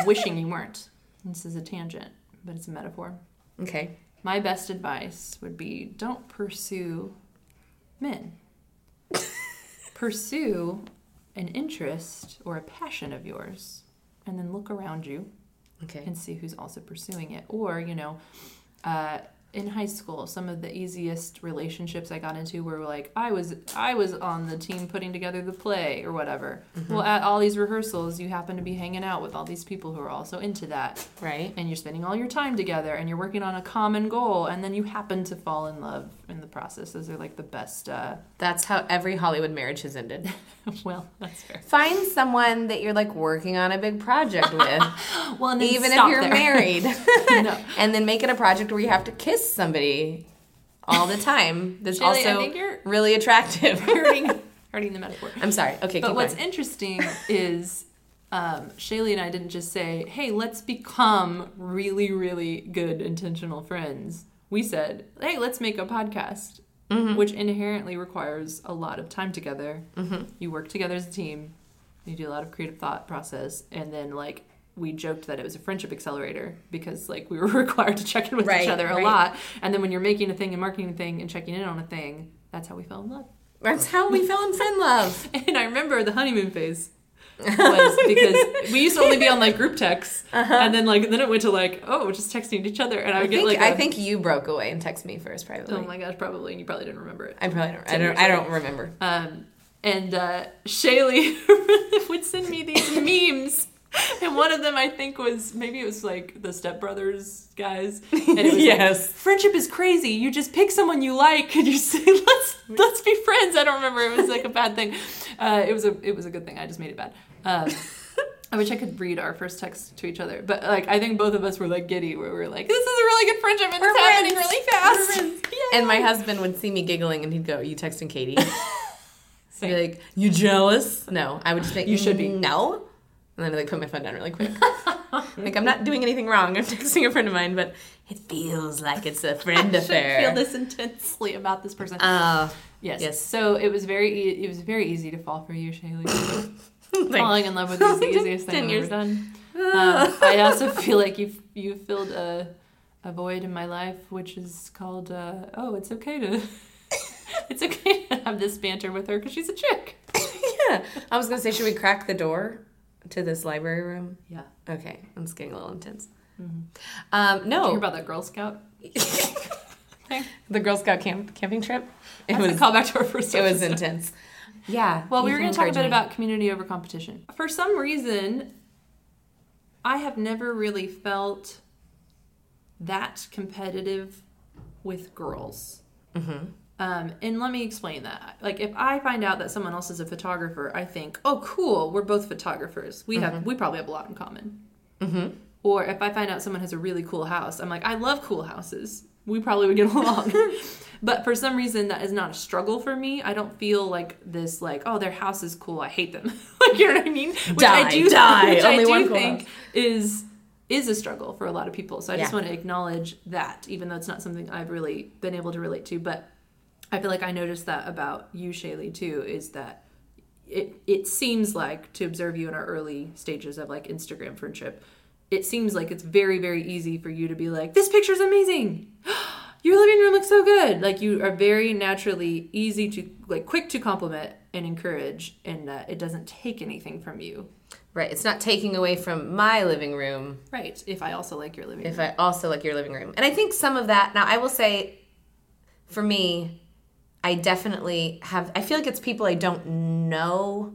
A: wishing you weren't, this is a tangent, but it's a metaphor.
B: Okay.
A: My best advice would be don't pursue men. pursue an interest or a passion of yours, and then look around you
B: Okay.
A: and see who's also pursuing it. Or, you know, uh, in high school, some of the easiest relationships I got into were like I was I was on the team putting together the play or whatever. Well, at all these rehearsals, you happen to be hanging out with all these people who are also into that,
B: Right.
A: and you're spending all your time together, and you're working on a common goal, and then you happen to fall in love in the process. Those are like the best. Uh,
B: That's how every Hollywood marriage has ended.
A: well, that's fair.
B: Find someone that you're like working on a big project with,
A: Well, and then
B: even if
A: stop
B: you're
A: there.
B: married.
A: No.
B: and then make it a project where you have to kiss somebody all the time that's
A: Shaylee, I
B: also
A: think you're-
B: really attractive.
A: hurting, hurting the metaphor.
B: I'm sorry. Okay,
A: But
B: keep
A: what's
B: going.
A: interesting is um, Shaylee and I didn't just say, hey, let's become really, really good intentional friends. We said, hey, let's make a podcast,
B: Mm-hmm.
A: which inherently requires a lot of time together.
B: Mm-hmm.
A: You work together as a team, you do a lot of creative thought process, and then, like, we joked that it was a friendship accelerator because like we were required to check in with
B: Right,
A: each other a
B: right.
A: lot and then when you're making a thing and marketing a thing and checking in on a thing that's how we fell in love
B: That's how we fell in friend love.
A: and I remember the honeymoon phase was because we used to only be on like group texts, and then like then it went to like oh we're just texting each other, and
B: Uh-huh.
A: I
B: I
A: would get
B: think,
A: like
B: I
A: a-
B: think you broke away and texted me first privately.
A: oh my gosh probably and you probably didn't remember it.
B: I probably don't. I
A: Ten
B: don't.
A: years
B: I don't remember.
A: Um, and uh, Shaylee would send me these memes. And one of them, I think, was maybe it was like the stepbrothers guys. And it was like,
B: Yes.
A: friendship is crazy. You just pick someone you like and you say, let's let's be friends. I don't remember. It was like a bad thing. Uh, it was a it was a good thing. I just made it bad. Um, I wish I could read our first text to each other, but like I think both of us were like giddy, where we were like, "This is a really good friendship, and it's happening
B: friends.
A: really fast."
B: And my husband would see me giggling and he'd go, You texting Katie? So he'd be like, You jealous? No. I would just think,
A: You should be.
B: No. And then I'd like put my phone down really quick. like, I'm not doing anything wrong. I'm texting a friend of mine, but it feels like it's a friend
A: I should feel
B: affair.
A: this intensely about this person.
B: Oh,
A: Um, yes.
B: yes.
A: So it was very e- it was very easy to fall for you, Shaylee.
B: like,
A: Falling in love with you is the easiest thing
B: Ten
A: I've
B: years.
A: ever done. Um, I also feel like you have you filled a a void in my life, which is called uh, oh, it's okay to it's okay to have this banter with her because she's a chick.
B: yeah. I was going to say, Should we crack the door to this library room?
A: Yeah.
B: Okay. I'm just getting a little intense.
A: Mhm.
B: Um,
A: Did you hear
B: no.
A: about that Girl Scout? thing?
B: the Girl Scout camp- camping trip? It
A: That's
B: was,
A: a callback to our first.
B: it was
A: episode.
B: intense. Yeah.
A: Well, we
B: you
A: were
B: can
A: going to talk a
B: encourage
A: bit
B: me.
A: about community over competition. For some reason, I have never really felt that competitive with girls. Um, and let me explain that. Like, if I find out that someone else is a photographer, I think, "Oh, cool! We're both photographers. We have we probably have a lot in common." Or if I find out someone has a really cool house, I'm like, "I love cool houses. We probably would get along." but for some reason, that is not a struggle for me. I don't feel like this, like, "Oh, their house is cool. I hate them." like, you know what I mean? Which I
B: Die,
A: do,
B: die.
A: Which
B: Only
A: I do
B: one cool
A: think is is a struggle for a lot of people. So I just
B: Yeah.
A: want to acknowledge that, even though it's not something I've really been able to relate to. But I feel like I noticed that about you, Shaylee, too, is that it it seems like to observe you in our early stages of like Instagram friendship, it seems like it's very, very easy for you to be like, This picture's amazing. Your living room looks so good. Like you are very naturally easy to like quick to compliment and encourage and uh, it doesn't take anything from you.
B: Right. It's not taking away from my living room
A: Right. If I also like your living room.
B: if I also like your living room. And I think some of that, now I will say, for me, I definitely have, I feel like it's people I don't know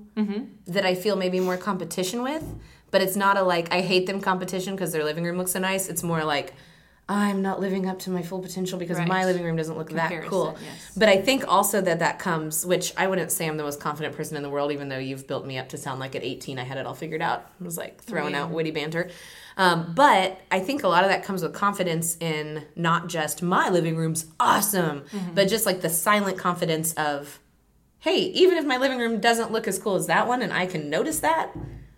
B: that I feel maybe more competition with, but it's not a like, I hate them competition because their living room looks so nice. It's more like, I'm not living up to my full potential because
A: Right.
B: my living room doesn't look that
A: Comparison,
B: cool.
A: yes.
B: But I think also that that comes, which I wouldn't say I'm the most confident person in the world, even though you've built me up to sound like at 18 I had it all figured out. I was
A: Oh,
B: like throwing out witty banter. Um, but I think a lot of that comes with confidence in not just my living room's awesome,
A: Mm-hmm.
B: but just like the silent confidence of, hey, even if my living room doesn't look as cool as that one and I can notice that,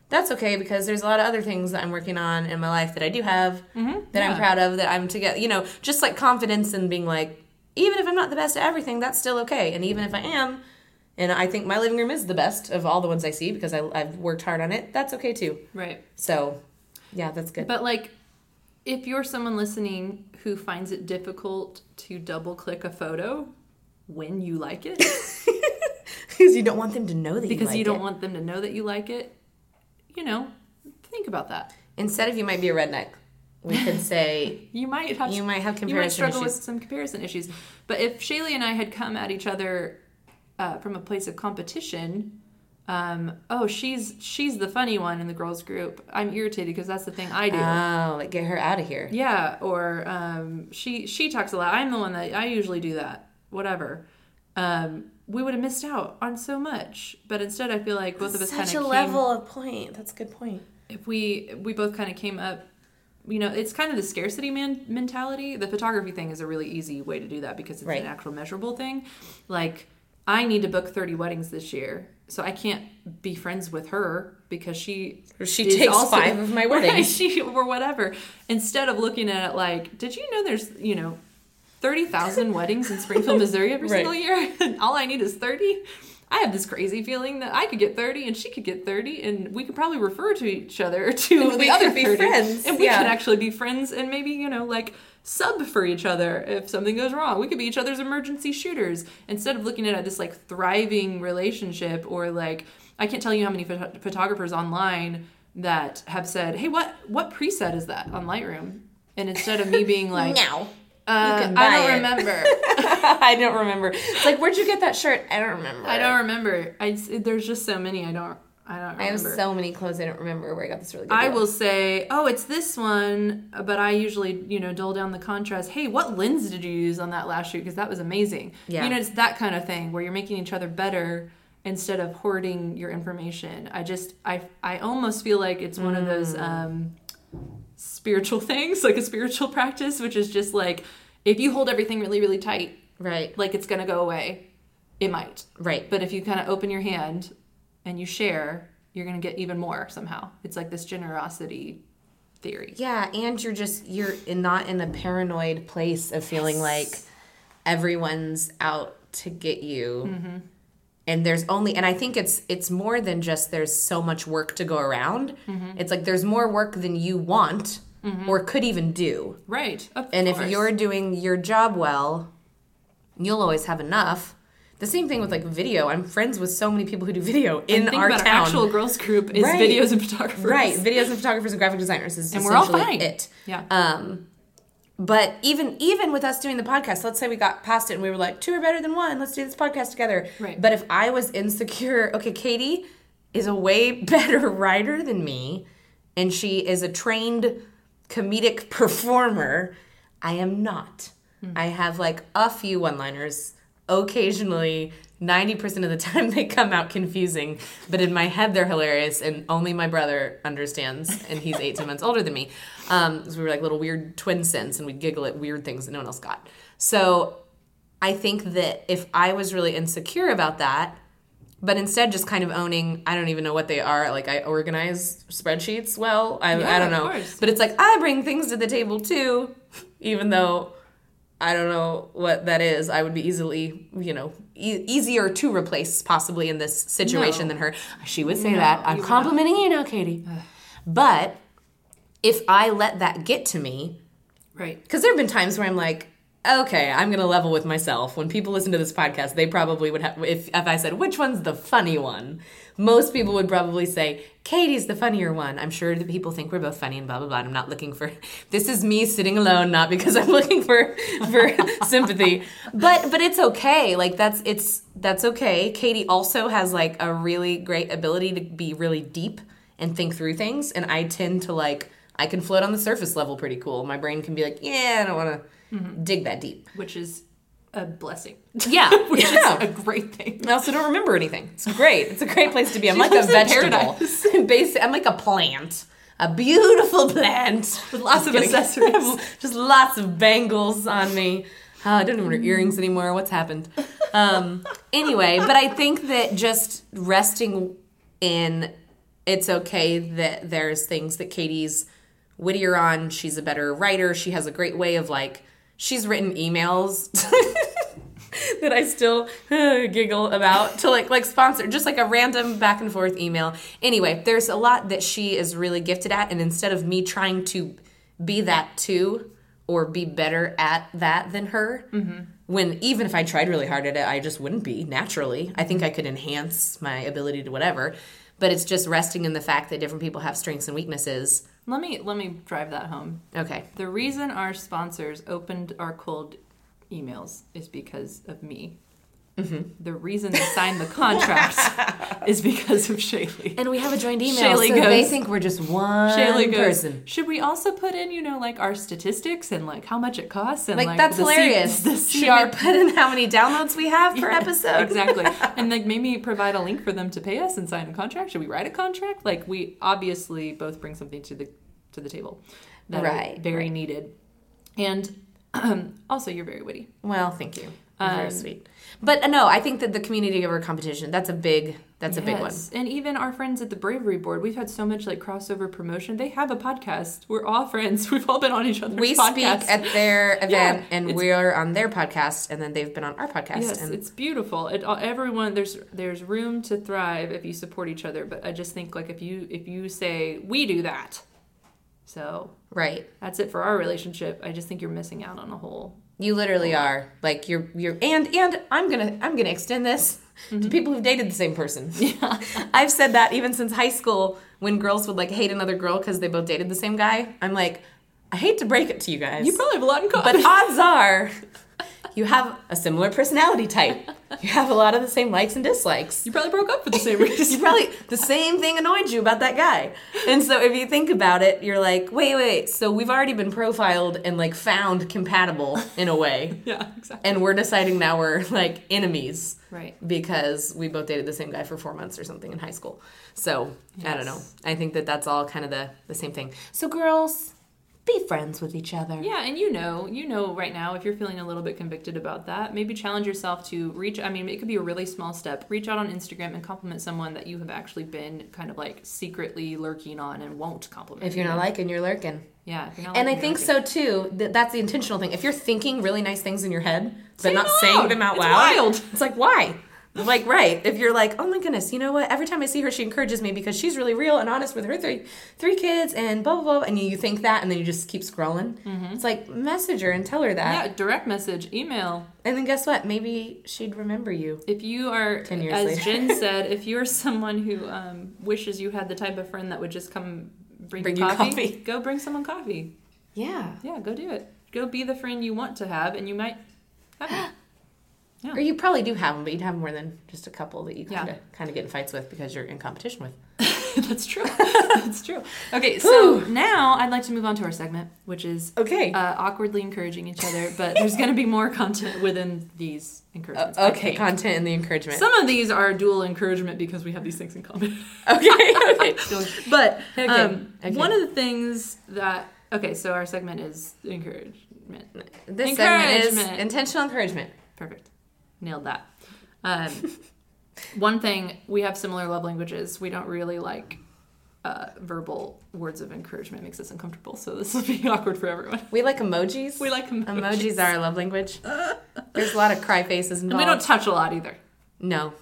B: that's okay because there's a lot of other things that I'm working on in my life that I do have that I'm
A: yeah.
B: proud of that I'm together, you know, just like confidence and being like, even if I'm not the best at everything, that's still okay. And even if I am, and I think my living room is the best of all the ones I see because I, I've worked hard on it, that's okay too.
A: right.
B: So, yeah, that's good.
A: But like, if you're someone listening who finds it difficult to double click a photo when you like it,
B: Because you don't want them to know that
A: because
B: like
A: you don't
B: it.
A: want them to know that you like it, you know, think about that.
B: Instead of you might be a redneck, we could say
A: You might have
B: you might have
A: you might
B: comparison
A: struggle
B: issues.
A: with some comparison issues. But if Shaylee and I had come at each other uh, from a place of competition, um, oh, she's she's the funny one in the girls group. I'm irritated because that's the thing I do.
B: Oh, like get her out of here.
A: Yeah, or um, she she talks a lot. I'm the one that I usually do that. Whatever. Um, we would have missed out on so much, but instead, I feel like both of us kind of
B: Such a
A: came,
B: level of point. That's a good point.
A: If we we both kind of came up, you know, it's kind of the scarcity man mentality. The photography thing is a really easy way to do that because it's
B: Right.
A: an actual measurable thing. Like I need to book 30 weddings this year, so I can't be friends with her because she
B: She
A: is
B: takes
A: also-
B: five of my weddings.
A: Right, she or whatever. Instead of looking at it like, did you know there's you know thirty thousand weddings in Springfield, Missouri every
B: Right.
A: single year, and all I need is thirty. I have this crazy feeling that I could get thirty and she could get thirty, and we could probably refer to each other to
B: And
A: the
B: we
A: other
B: could be
A: 30,
B: friends,
A: and we
B: yeah.
A: could actually be friends, and maybe you know like sub for each other if something goes wrong. We could be each other's emergency shooters instead of looking at this like thriving relationship or like I can't tell you how many phot- photographers online that have said, "Hey, what what preset is that on Lightroom?" And instead of me being like,
B: now.
A: uh,
B: can
A: "I
B: buy
A: don't
B: it."
A: remember,"
B: I don't remember. It's like, where'd you get that shirt? I don't remember.
A: I don't remember. I s- there's just so many I don't I don't remember.
B: I have so many clothes I don't remember where I got this really good.
A: I
B: deal.
A: will say, oh, it's this one, but I usually, you know, dole down the contrast. Hey, what lens did you use on that last shoot? Because that was amazing.
B: Yeah.
A: You know, it's that kind of thing where you're making each other better instead of hoarding your information. I just I I almost feel like it's one of
B: Mm.
A: those um spiritual things, like a spiritual practice, which is just like if you hold everything really really tight,
B: Right.
A: like it's going to go away. It might.
B: Right.
A: But if you kind of open your hand and you share, you're going to get even more somehow. It's like this generosity theory.
B: Yeah, and you're just you're in, not in a paranoid place of feeling like everyone's out to get you.
A: Mm-hmm.
B: And there's only and I think it's it's more than just there's so much work to go around.
A: Mm-hmm.
B: It's like there's more work than you want or could even do.
A: Right. Of
B: And
A: course.
B: if you're doing your job well, you'll always have enough. The same thing with like video. I'm friends with so many people who do video in
A: think
B: our
A: about
B: town.
A: our actual girls group is
B: Right.
A: videos and photographers.
B: right, videos and photographers and graphic designers is
A: And we're all
B: essentially
A: fine.
B: it.
A: Yeah.
B: Um, but even even with us doing the podcast, let's say we got past it and we were like, two are better than one. Let's do this podcast together.
A: Right.
B: But if I was insecure, okay, Katie is a way better writer than me, and she is a trained comedic performer. I am not. I have like a few one liners occasionally. 90% of the time they come out confusing, but in my head they're hilarious and only my brother understands and he's 18 months older than me. Um, so we were like little weird twin sins and we'd giggle at weird things that no one else got. So I think that if I was really insecure about that, but instead just kind of owning, I don't even know what they are. Like I organize spreadsheets well. I, I
A: Yeah,
B: don't
A: of
B: know.
A: course.
B: But it's like I bring things to the table too, even though I don't know what that is. I would be easily, you know, e- easier to replace possibly in this situation
A: No.
B: than her. She would say that. I'm
A: you would not.
B: complimenting you now, Katie. But if I let that get to me,
A: Right.
B: because there have been times where I'm like, okay, I'm gonna level with myself. When people listen to this podcast, they probably would have if if I said which one's the funny one, most people would probably say Katie's the funnier one. I'm sure that people think we're both funny and blah blah blah. and I'm not looking for this is me sitting alone, not because I'm looking for for sympathy, but but it's okay. Like that's it's that's okay. Katie also has like a really great ability to be really deep and think through things, and I tend to like. I can float on the surface level pretty cool. My brain can be like, yeah, I don't want to
A: Mm-hmm.
B: dig that deep.
A: Which is a blessing.
B: Yeah,
A: Which
B: yeah.
A: is a great thing.
B: I also don't remember anything. It's great. It's a great place to be. I'm
A: She
B: like a
A: lives in
B: vegetable. Basically, I'm like a plant, a beautiful plant
A: With lots of
B: Just kidding.
A: accessories.
B: Just lots of bangles on me. Uh, I don't even wear earrings anymore. What's happened? Um, anyway, but I think that just resting in it's okay that there's things that Katie's wittier on. She's a better writer. She has a great way of like, she's written emails. that I still uh, giggle about to like like sponsor just like a random back and forth email. Anyway, there's a lot that she is really gifted at and instead of me trying to be that too or be better at that than her, when even if I tried really hard at it, I just wouldn't be naturally. I think I could enhance my ability to whatever, but it's just resting in the fact that different people have strengths and weaknesses.
A: Let me let me drive that home.
B: Okay.
A: The reason our sponsors opened our cold emails is because of me.
B: Mm-hmm.
A: The reason they signed the contract is because of Shaylee.
B: And we have a joined email,
A: Shaylee
B: so they
A: goes-
B: think we're just one
A: Shaylee goes,
B: Um, person.
A: should we also put in, you know, like our statistics and like how much it costs and
B: Like,
A: like,
B: that's
A: the C-
B: hilarious.
A: the
B: Should we
A: CR
B: put in how many downloads we have per
A: Yeah,
B: episode.
A: exactly. And like maybe provide a link for them to pay us and sign a contract. Should we write a contract? Like we obviously both bring something to the to the table that
B: Right,
A: are very needed. And also you're very witty. Um,
B: Well, thank you. You're Very sweet. But uh, no, I think that the community giver competition, that's a big that's a big one.
A: Yes. And even our friends at the Bravery Board, we've had so much like crossover promotion. They have a podcast. We're all friends. We've all been on each other's
B: We
A: podcasts.
B: speak at their event and
A: it's-
B: we're on their podcast and then they've been on our podcast
A: Yes,
B: and
A: it's beautiful. It all- everyone there's there's room to thrive if you support each other. But I just think like if you if you say we do that, so
B: right.
A: that's it for our relationship. I just think you're missing out on a whole.
B: You literally are. Like you're you're and and I'm gonna I'm gonna extend this to people who've dated the same person. Mm-hmm. Yeah. I've said that even since high school when girls would like hate another girl because they both dated the same guy. I'm like, I hate to break it to you guys.
A: You probably have a lot in common.
B: But odds are you have a similar personality type. You have a lot of the same likes and dislikes.
A: You probably broke up for the same reason.
B: You probably the same thing annoyed you about that guy. And so if you think about it, you're like, wait, wait. So we've already been profiled and like found compatible in a way,
A: yeah, exactly.
B: and we're deciding now we're like enemies
A: Right.
B: because we both dated the same guy for four months or something in high school. So I don't know.
A: Yes.
B: I think that that's all kind of the the same thing. So girls, be friends with each other.
A: Yeah, and you know, you know right now if you're feeling a little bit convicted about that, maybe challenge yourself to reach I mean, it could be a really small step. Reach out on Instagram and compliment someone that you have actually been kind of like secretly lurking on and won't compliment.
B: If you're not liking, you're lurking.
A: yeah. if you're not
B: And I
A: liking
B: think
A: it,
B: so too. That that's the intentional thing. If you're thinking really nice things in your head, but
A: Say it
B: not
A: out
B: saying
A: loud.
B: them out
A: It's
B: loud,
A: wild.
B: it's like why? Like right. If you're like, oh my goodness, you know what? Every time I see her, she encourages me because she's really real and honest with her three three kids and blah blah blah. And you think that, and then you just keep scrolling. It's like message her and tell her that.
A: Mm-hmm. Yeah, direct message, email.
B: And then guess what? Maybe she'd remember you.
A: If you are,
B: 10 years
A: as
B: later.
A: Jen said, if you're someone who um, wishes you had the type of friend that would just come bring,
B: Bring you
A: you
B: coffee.
A: coffee, go bring someone coffee.
B: Yeah.
A: Yeah, go do it. Go be the friend you want to have, and you might have it.
B: Or you probably do have them, but you'd have more than just a couple that you
A: Yeah.
B: kind of kind of get in fights with because you're in competition with.
A: That's true. That's true. Okay, so now I'd like to move on to our segment, which is
B: Okay.
A: uh, awkwardly encouraging each other, but there's going to be more content within these encouragements. I
B: Uh, okay.
A: think.
B: Content and the encouragement.
A: Some of these are dual encouragement because we have these things in common.
B: okay. Okay.
A: But
B: Okay,
A: um,
B: okay.
A: one of the things that, okay, so our segment is encouragement.
B: This segment is
A: Encouragement.
B: intentional encouragement.
A: Perfect. Nailed that. Um, one thing, we have similar love languages. We don't really like uh, verbal words of encouragement, makes us uncomfortable. So this will be awkward for everyone.
B: We like emojis.
A: We like emojis.
B: emojis are our love language. There's a lot of cry faces
A: And
B: involved.
A: we don't touch a lot either.
B: no.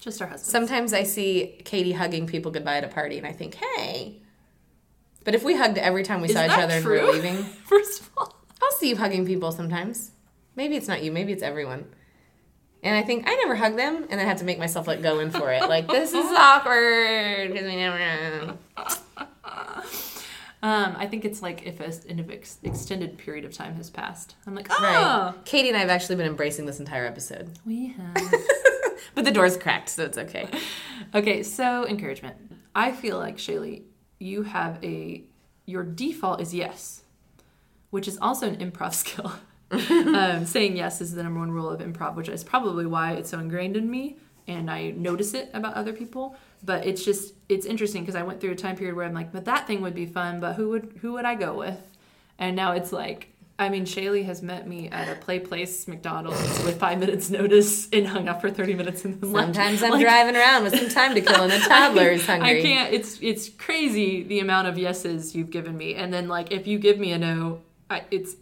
A: Just our husbands.
B: Sometimes I see Katie hugging people goodbye at a party, and I think, hey. But if we hugged every time we
A: Is
B: saw each
A: that
B: other and we
A: true?
B: were leaving,
A: First of all.
B: I'll see you hugging people sometimes. Maybe it's not you. Maybe it's everyone. And I think I never hug them, and I have to make myself like go in for it. Like this is awkward because we never.
A: Um, I think it's like if a, an ex- extended period of time has passed. I'm like, oh,
B: Right. Katie and I have actually been embracing this entire episode.
A: we have.
B: But the door's cracked, so it's okay.
A: okay, so encouragement. I feel like Shaylee, you have a your default is yes, which is also an improv skill. um, saying yes is the number one rule of improv, which is probably why it's so ingrained in me, and I notice it about other people. But it's just it's interesting because I went through a time period where I'm like, but that thing would be fun, but who would who would I go with? And now it's like. I mean, Shaylee has met me at a play place McDonald's with five minutes notice and hung out for 30 minutes and then left.
B: Sometimes I'm
A: Like,
B: driving around with some time to kill, and the toddler is hungry.
A: I can't. It's it's crazy the amount of yeses you've given me, and then like if you give me a no, I, it's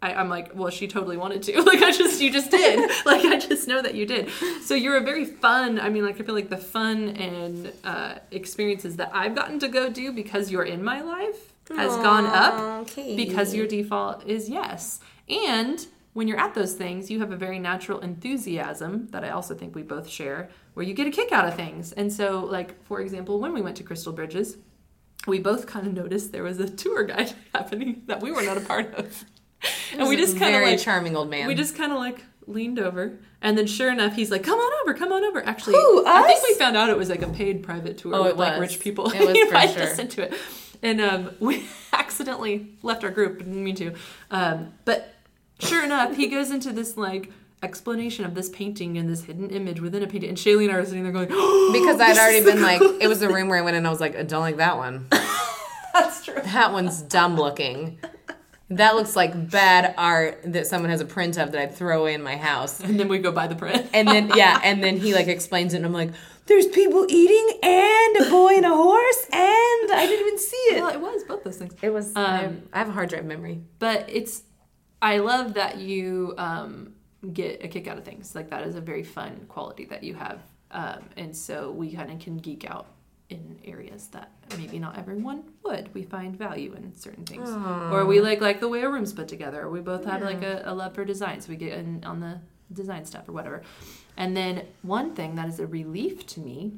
A: I, I'm like, well, she totally wanted to. Like I just you just did. like I just know that you did. So you're a very fun. I mean, like I feel like the fun and uh, experiences that I've gotten to go do because you're in my life has gone up
B: Okay.
A: because your default is yes. And when you're at those things, you have a very natural enthusiasm that I also think we both share, where you get a kick out of things. And so, like, for example, when we went to Crystal Bridges, we both kind of noticed there was a tour guide happening that we were not a part of. and we just kind of
B: very
A: like
B: charming old man.
A: we just kind of like leaned over, and then sure enough, he's like, "Come on over, come on over." Actually,
B: Who,
A: I think
B: us?
A: we found out it was like a paid private tour
B: Oh,
A: with
B: it was.
A: like rich people.
B: It was
A: he
B: for
A: invited
B: sure.
A: us into it, and um, we accidentally left our group. Didn't mean to, um, but sure enough, he goes into this like explanation of this painting and this hidden image within a painting, and Shaylee and I were sitting there going,
B: because I'd
A: This is
B: already
A: the
B: been like, it was the room where I went in. I was like, I don't like that one.
A: "That's true."
B: That one's dumb looking. That looks like bad art that someone has a print of that I'd throw away in my house.
A: And then we go buy the print.
B: And then yeah, and then he like explains it, and I'm like, there's people eating and a boy and a horse, and I didn't even see it.
A: well, it was both those things.
B: It was.
A: Um,
B: I have a hard drive memory.
A: but it's i love that you um, get a kick out of things like that is a very fun quality that you have um, and so we kind of can geek out in areas that maybe not everyone would we find value in certain things or we like like the way a room's put together or we both have like a, a love for design so we get in on the design stuff or whatever and then one thing that is a relief to me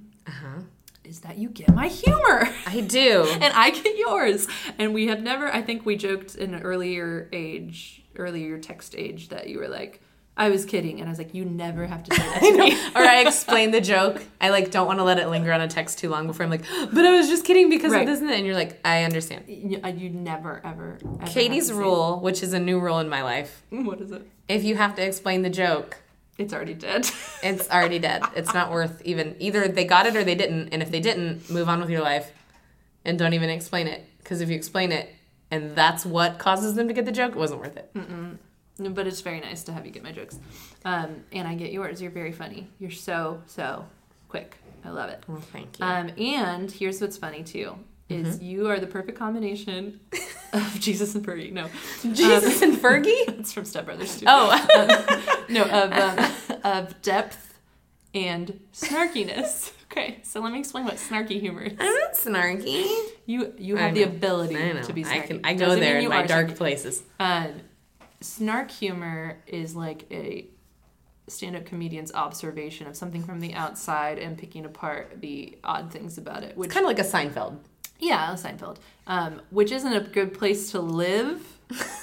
A: is that you get my humor
B: I do.
A: and I get yours. And we have never, I think we joked in an earlier age, earlier text age, that you were like, I was kidding, and I was like, "You never have to say that."
B: I
A: to
B: know.
A: me.
B: or I explain the joke. I like don't want to let it linger on a text too long before I'm like, but I was just kidding because
A: Right.
B: of this and that. And you're like, I understand.
A: You, uh, you never ever. ever have
B: Katie's
A: to say-
B: rule, which is a new rule in my life,
A: What is it?
B: if you have to explain the joke,
A: It's already dead.
B: it's already dead. It's not worth even either they got it or they didn't. And if they didn't, move on with your life and don't even explain it. Because if you explain it and that's what causes them to get the joke, it wasn't worth it.
A: No, but it's very nice to have you get my jokes, um, and I get yours. You're very funny. You're so so quick. I love it.
B: Well, thank you. Mm-hmm.
A: Um, and here's what's funny too is you are the perfect combination of Jesus and Fergie. No,
B: Jesus and Fergie?
A: it's Um, from Step Brothers too.
B: Oh,
A: no, of um, of depth and snarkiness. Okay, so let me explain what snarky humor is.
B: I'm not snarky.
A: You you
B: I
A: have the
B: know.
A: ability
B: I know.
A: to be snarky.
B: I can. I go
A: Doesn't
B: there
A: mean
B: in
A: you
B: my
A: are
B: dark
A: snarky.
B: places.
A: Um, snark humor is like a stand-up comedian's observation of something from the outside and picking apart the odd things about it, which
B: It's kind of like a Seinfeld.
A: Yeah, Seinfeld. Um, which isn't a good place to live.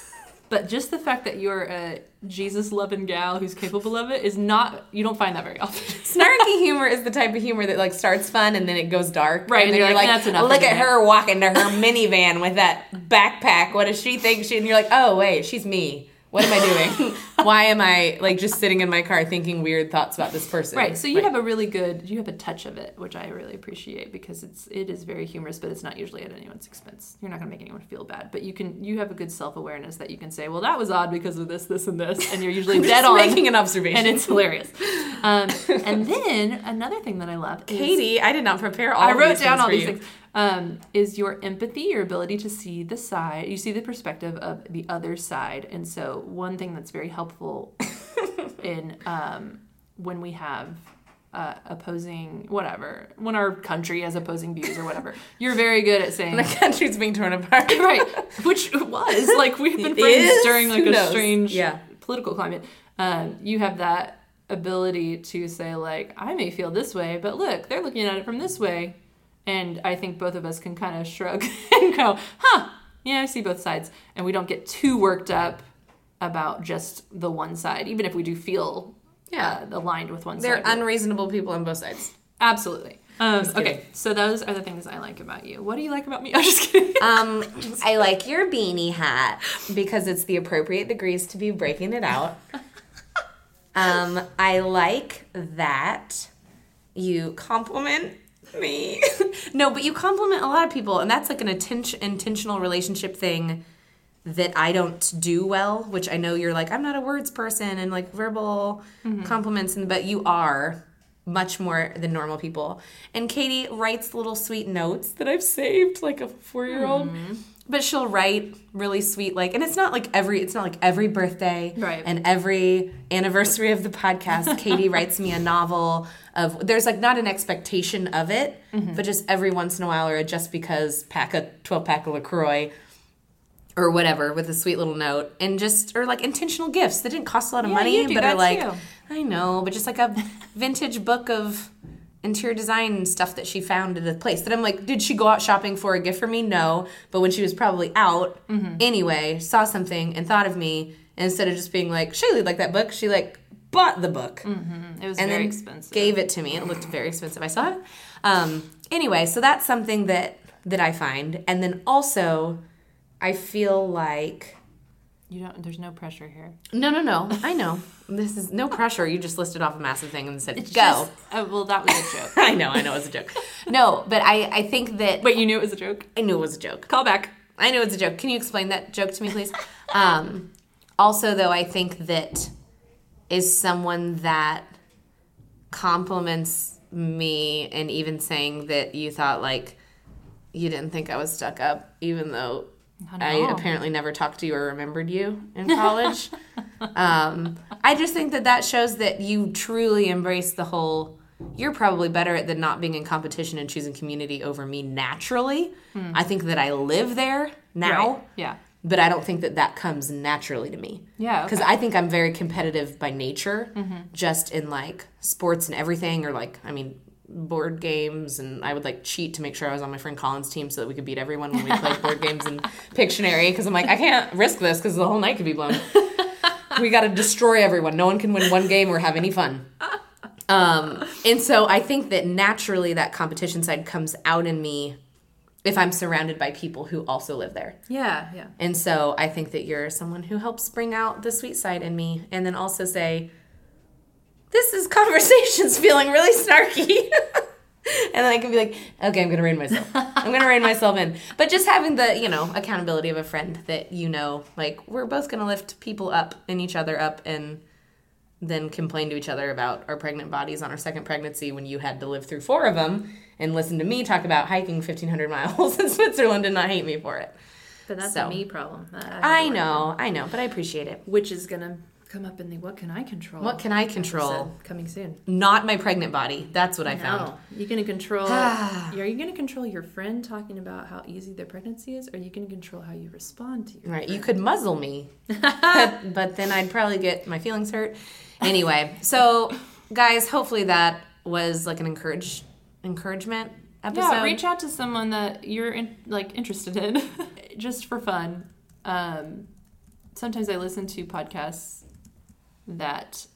A: but just the fact that you're a Jesus loving gal who's capable of it is not, you don't find that very often.
B: Snarky humor is the type of humor that like starts fun and then it goes dark.
A: Right,
B: and
A: and
B: then
A: you're
B: you're like,
A: like, "That's enough
B: look
A: of
B: at
A: that."
B: her walking to her minivan with that backpack. What does she think? She and you're like, oh wait, she's me. What am I doing? Why am I like just sitting in my car thinking weird thoughts about this person?
A: right. So you have a really good, you have a touch of it, which I really appreciate because it's, it is very humorous, but it's not usually at anyone's expense. You're not going to make anyone feel bad, but you can, you have a good self awareness that you can say, well, that was odd because of this, this, and this. And you're usually dead
B: just
A: on.
B: making an observation.
A: and it's hilarious. Um, and then another thing that I love is
B: Katie, I did not prepare all.
A: I
B: of
A: wrote
B: these
A: down all
B: for
A: these
B: you.
A: things. Um, is your empathy, your ability to see the side, you see the perspective of the other side. And so, one thing that's very helpful in um, when we have uh, opposing, whatever, when our country has opposing views or whatever, you're very good at saying,
B: The country's being torn apart.
A: right, which was like we've been
B: It
A: friends
B: is?
A: during like
B: Who
A: a
B: knows?
A: strange
B: Yeah.
A: political climate. Um, you have that ability to say like, I may feel this way, but look, they're looking at it from this way, and I think both of us can kind of shrug and go, huh, yeah, I see both sides, and we don't get too worked up about just the one side, even if we do feel
B: Yeah.
A: uh, aligned with one
B: They're
A: side.
B: unreasonable people on both sides.
A: Absolutely. Um,
B: kidding.
A: okay, so those are the things I like about you. What do you like about me? I'm just kidding.
B: Um, I like your beanie hat because it's the appropriate degrees to be breaking it out. Um, I like that you compliment me. no, but you compliment a lot of people, and that's like an atten- intentional relationship thing that I don't do well, which I know you're like, I'm not a words person and like verbal compliments, and but you are much more than normal people. And Katie writes little sweet notes that I've saved, like a four year old. But she'll write really sweet, like, and it's not like every, it's not like every birthday
A: Right.
B: and every anniversary of the podcast. Katie writes me a novel of, there's like not an expectation of it, but just every once in a while or a just because pack a 12 pack of LaCroix or whatever with a sweet little note and just or like intentional gifts that didn't cost a lot of
A: Yeah,
B: money
A: you do
B: but
A: that
B: are like
A: too.
B: I know but just like a vintage book of interior design stuff that she found at a place that I'm like did she go out shopping for a gift for me no but when she was probably out
A: Mm-hmm.
B: anyway saw something and thought of me and instead of just being like Shaylee like that book she like bought the book
A: It was
B: and
A: very
B: then
A: expensive.
B: gave it to me. It looked very expensive. I saw it. Um, anyway, so that's something that that I find, and then also, I feel like
A: You don't. There's no pressure here.
B: no, no, no. I know this is no pressure. You just listed off a massive thing and said go.
A: Just- oh, well, that was a joke.
B: I know, I know, it was a joke. no, but I I think that
A: Wait, you knew it was a joke?
B: I knew it was a joke.
A: Call back.
B: I know it's a joke. Can you explain that joke to me, please? um, also, though, I think that is someone that compliments me and even saying that you thought like you didn't think I was stuck up, even though
A: Not at
B: I
A: all.
B: apparently never talked to you or remembered you in college. um, I just think that that shows that you truly embrace the whole. You're probably better at than not being in competition and choosing community over me naturally. I think that I live there now,
A: Hmm. Right. Yeah.
B: but I don't think that that comes naturally to me.
A: Yeah,
B: because I think I'm very competitive by nature, just in like sports and everything, or like I mean board games and I would like cheat to make sure I was on my friend Colin's team so that we could beat everyone when we played board games and Pictionary because I'm like I can't risk this because the whole night could be blown. we got to destroy everyone. No one can win one game or have any fun. Um, and so I think that naturally that competition side comes out in me if I'm surrounded by people who also live there.
A: Yeah, yeah.
B: And so I think that you're someone who helps bring out the sweet side in me and then also say, this is conversations feeling really snarky. and then I can be like, okay, I'm going to rein myself. I'm going to rein myself in. But just having the, you know, accountability of a friend that you know, like, we're both going to lift people up and each other up and then complain to each other about our pregnant bodies on our second pregnancy when you had to live through four of them and listen to me talk about hiking 1,500 miles in Switzerland and not hate me for it.
A: But that's
B: So.
A: a me problem. That have to
B: I
A: work on.
B: know, I know, but I appreciate it.
A: Which is gonna come up in the what can I control?
B: What can I control?
A: episode coming soon?
B: Not my pregnant body. That's what I found. Ah.
A: No, you gonna control. are you gonna control your friend talking about how easy their pregnancy is, or are you gonna control how you respond to your?
B: Right. You could muzzle me, but, but then I'd probably get my feelings hurt. Anyway, so guys, hopefully that was like an encourage encouragement episode.
A: Yeah, reach out to someone that you're in, like interested in, just for fun. Um, sometimes I listen to podcasts that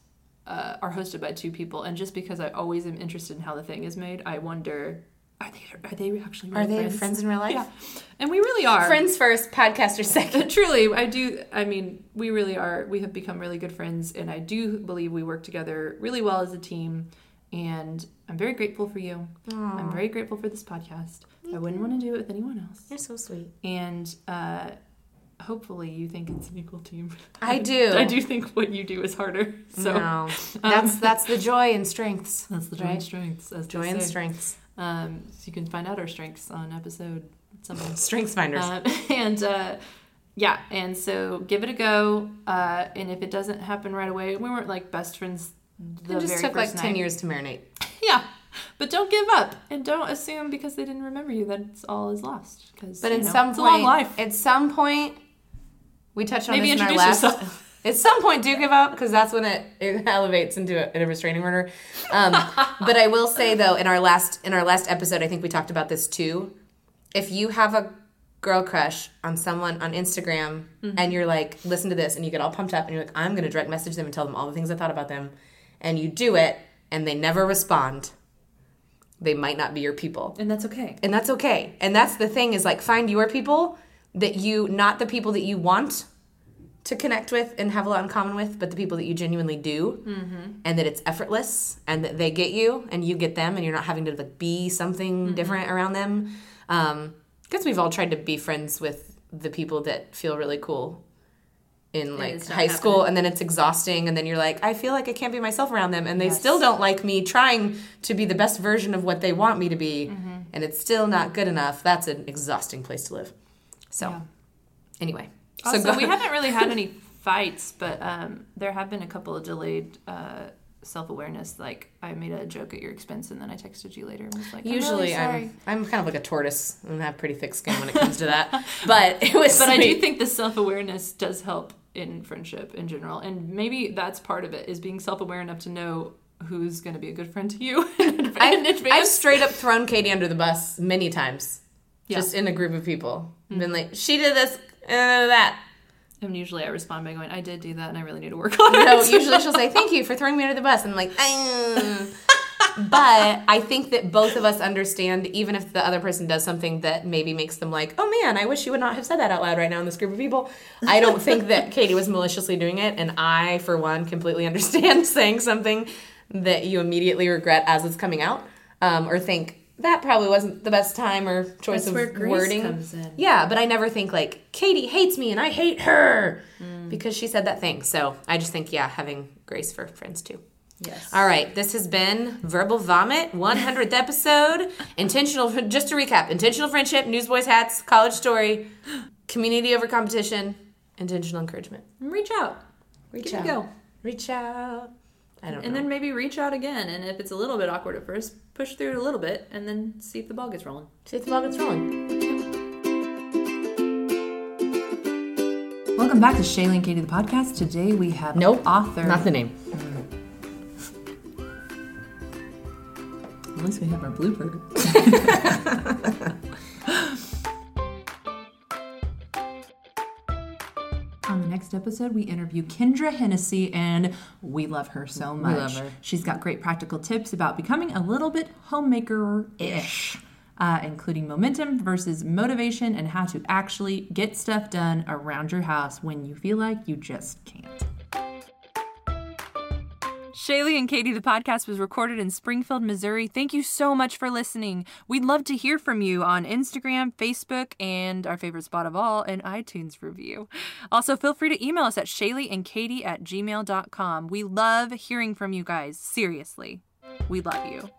A: uh, are hosted by two people, and just because I always am interested in how the thing is made, I wonder are they are they actually
B: Are
A: really
B: they friends?
A: friends?
B: in real life?
A: Yeah, and we really are
B: Friends first, podcaster second.
A: Truly, I do. I mean, we really are. We have become really good friends, and I do believe we work together really well as a team. And I'm very grateful for you. I'm very grateful for this podcast. I wouldn't want to do it with anyone else.
B: You're so sweet.
A: And uh, hopefully, you think it's an equal team.
B: I do.
A: I do think what you do is harder. So Um,
B: No, that's that's the joy and strengths.
A: that's the joy
B: Right.
A: and strengths. As
B: Joy
A: they
B: and
A: say.
B: strengths.
A: Um, so you can find out our strengths on episode something.
B: Strengths finders.
A: Uh, and uh, yeah, and so give it a go. Uh, and if it doesn't happen right away, we weren't like best friends. The
B: it just
A: very
B: took like
A: first
B: ten
A: night.
B: years to marinate.
A: Yeah, but don't give up and don't assume because they didn't remember you that it's all is lost. Because
B: But
A: you
B: at
A: know,
B: some
A: it's
B: point,
A: a long life.
B: at some point, we touched on
A: Maybe
B: this in our last.
A: introduce yourself.
B: At some point, do give up because that's when it, it elevates into a, in a restraining order. Um, but I will say though, in our last in our last episode, I think we talked about this too. If you have a girl crush on someone on Instagram
A: Mm-hmm.
B: and you're like, listen to this, and you get all pumped up, and you're like, I'm going to direct message them and tell them all the things I thought about them, and you do it, and they never respond, they might not be your people
A: and that's okay.
B: and that's okay and that's the thing is like find your people that you not the people that you want to connect with and have a lot in common with but the people that you genuinely do and that it's effortless and that they get you and you get them and you're not having to like be something different around them um because we've all tried to be friends with the people that feel really cool in like
A: it's not
B: high school and then it's exhausting and then you're like i feel like i can't be myself around them and they still don't like me trying to be the best version of what they want me to be
A: Mm-hmm.
B: and it's still not good enough that's an exhausting place to live so
A: Yeah.
B: anyway
A: Also,
B: so go-
A: we haven't really had any fights, but um, there have been a couple of delayed. Uh, Self awareness, like I made a joke at your expense, and then I texted you later. And was like, I'm really
B: usually
A: sorry.
B: I'm, I'm kind of like a tortoise and I have pretty thick skin when it comes to that but it was
A: but I
B: sweet.
A: do think the self awareness does help in friendship in general, and maybe that's part of it is being self aware enough to know who's going to be a good friend to you. in
B: I've,
A: advance.
B: I've straight up thrown Katie under the bus many times,
A: Yeah. Mm.
B: just in a group of people. Been like, she did this and that.
A: and usually I respond by going, "I did do that, and I really need to work on it."
B: No, usually she'll say, "Thank you for throwing me under the bus," and I'm like, "Mm." but I think that both of us understand, even if the other person does something that maybe makes them like, "Oh man, I wish you would not have said that out loud right now in this group of people." I don't think that Katie was maliciously doing it, and I, for one, completely understand saying something that you immediately regret as it's coming out, um, or think that probably wasn't the best time or choice
A: That's
B: of
A: where grace
B: wording.
A: comes in.
B: Yeah, but I never think like Katie hates me and I hate her because she said that thing. So I just think, yeah, having grace for friends too.
A: Yes.
B: All right, this has been Verbal Vomit, 100th episode. Intentional, just to recap intentional friendship, newsboys hats, college story, community over competition, intentional encouragement.
A: Reach out,
B: Reach
A: give it a go,
B: Reach out. I don't
A: and
B: know.
A: then maybe reach out again. And if it's a little bit awkward at first, push through it a little bit, and then see if the ball gets rolling.
B: See if the ball gets rolling.
A: Welcome back to Shaylee and Katie the podcast. Today we have
B: Nope,
A: author.
B: Not the name.
A: At least we have our blooper. On the next episode, we interview Kendra Hennessy, and we love her so much.
B: love her.
A: She's got great practical tips about becoming a little bit homemaker ish, uh, including momentum versus motivation and how to actually get stuff done around your house when you feel like you just can't. Shaylee and Katie, the podcast was recorded in Springfield, Missouri. Thank you so much for listening. We'd love to hear from you on Instagram, Facebook, and our favorite spot of all, an iTunes review. Also, feel free to email us at Shaylee and Katie at gmail.com. We love hearing from you guys. Seriously, we love you.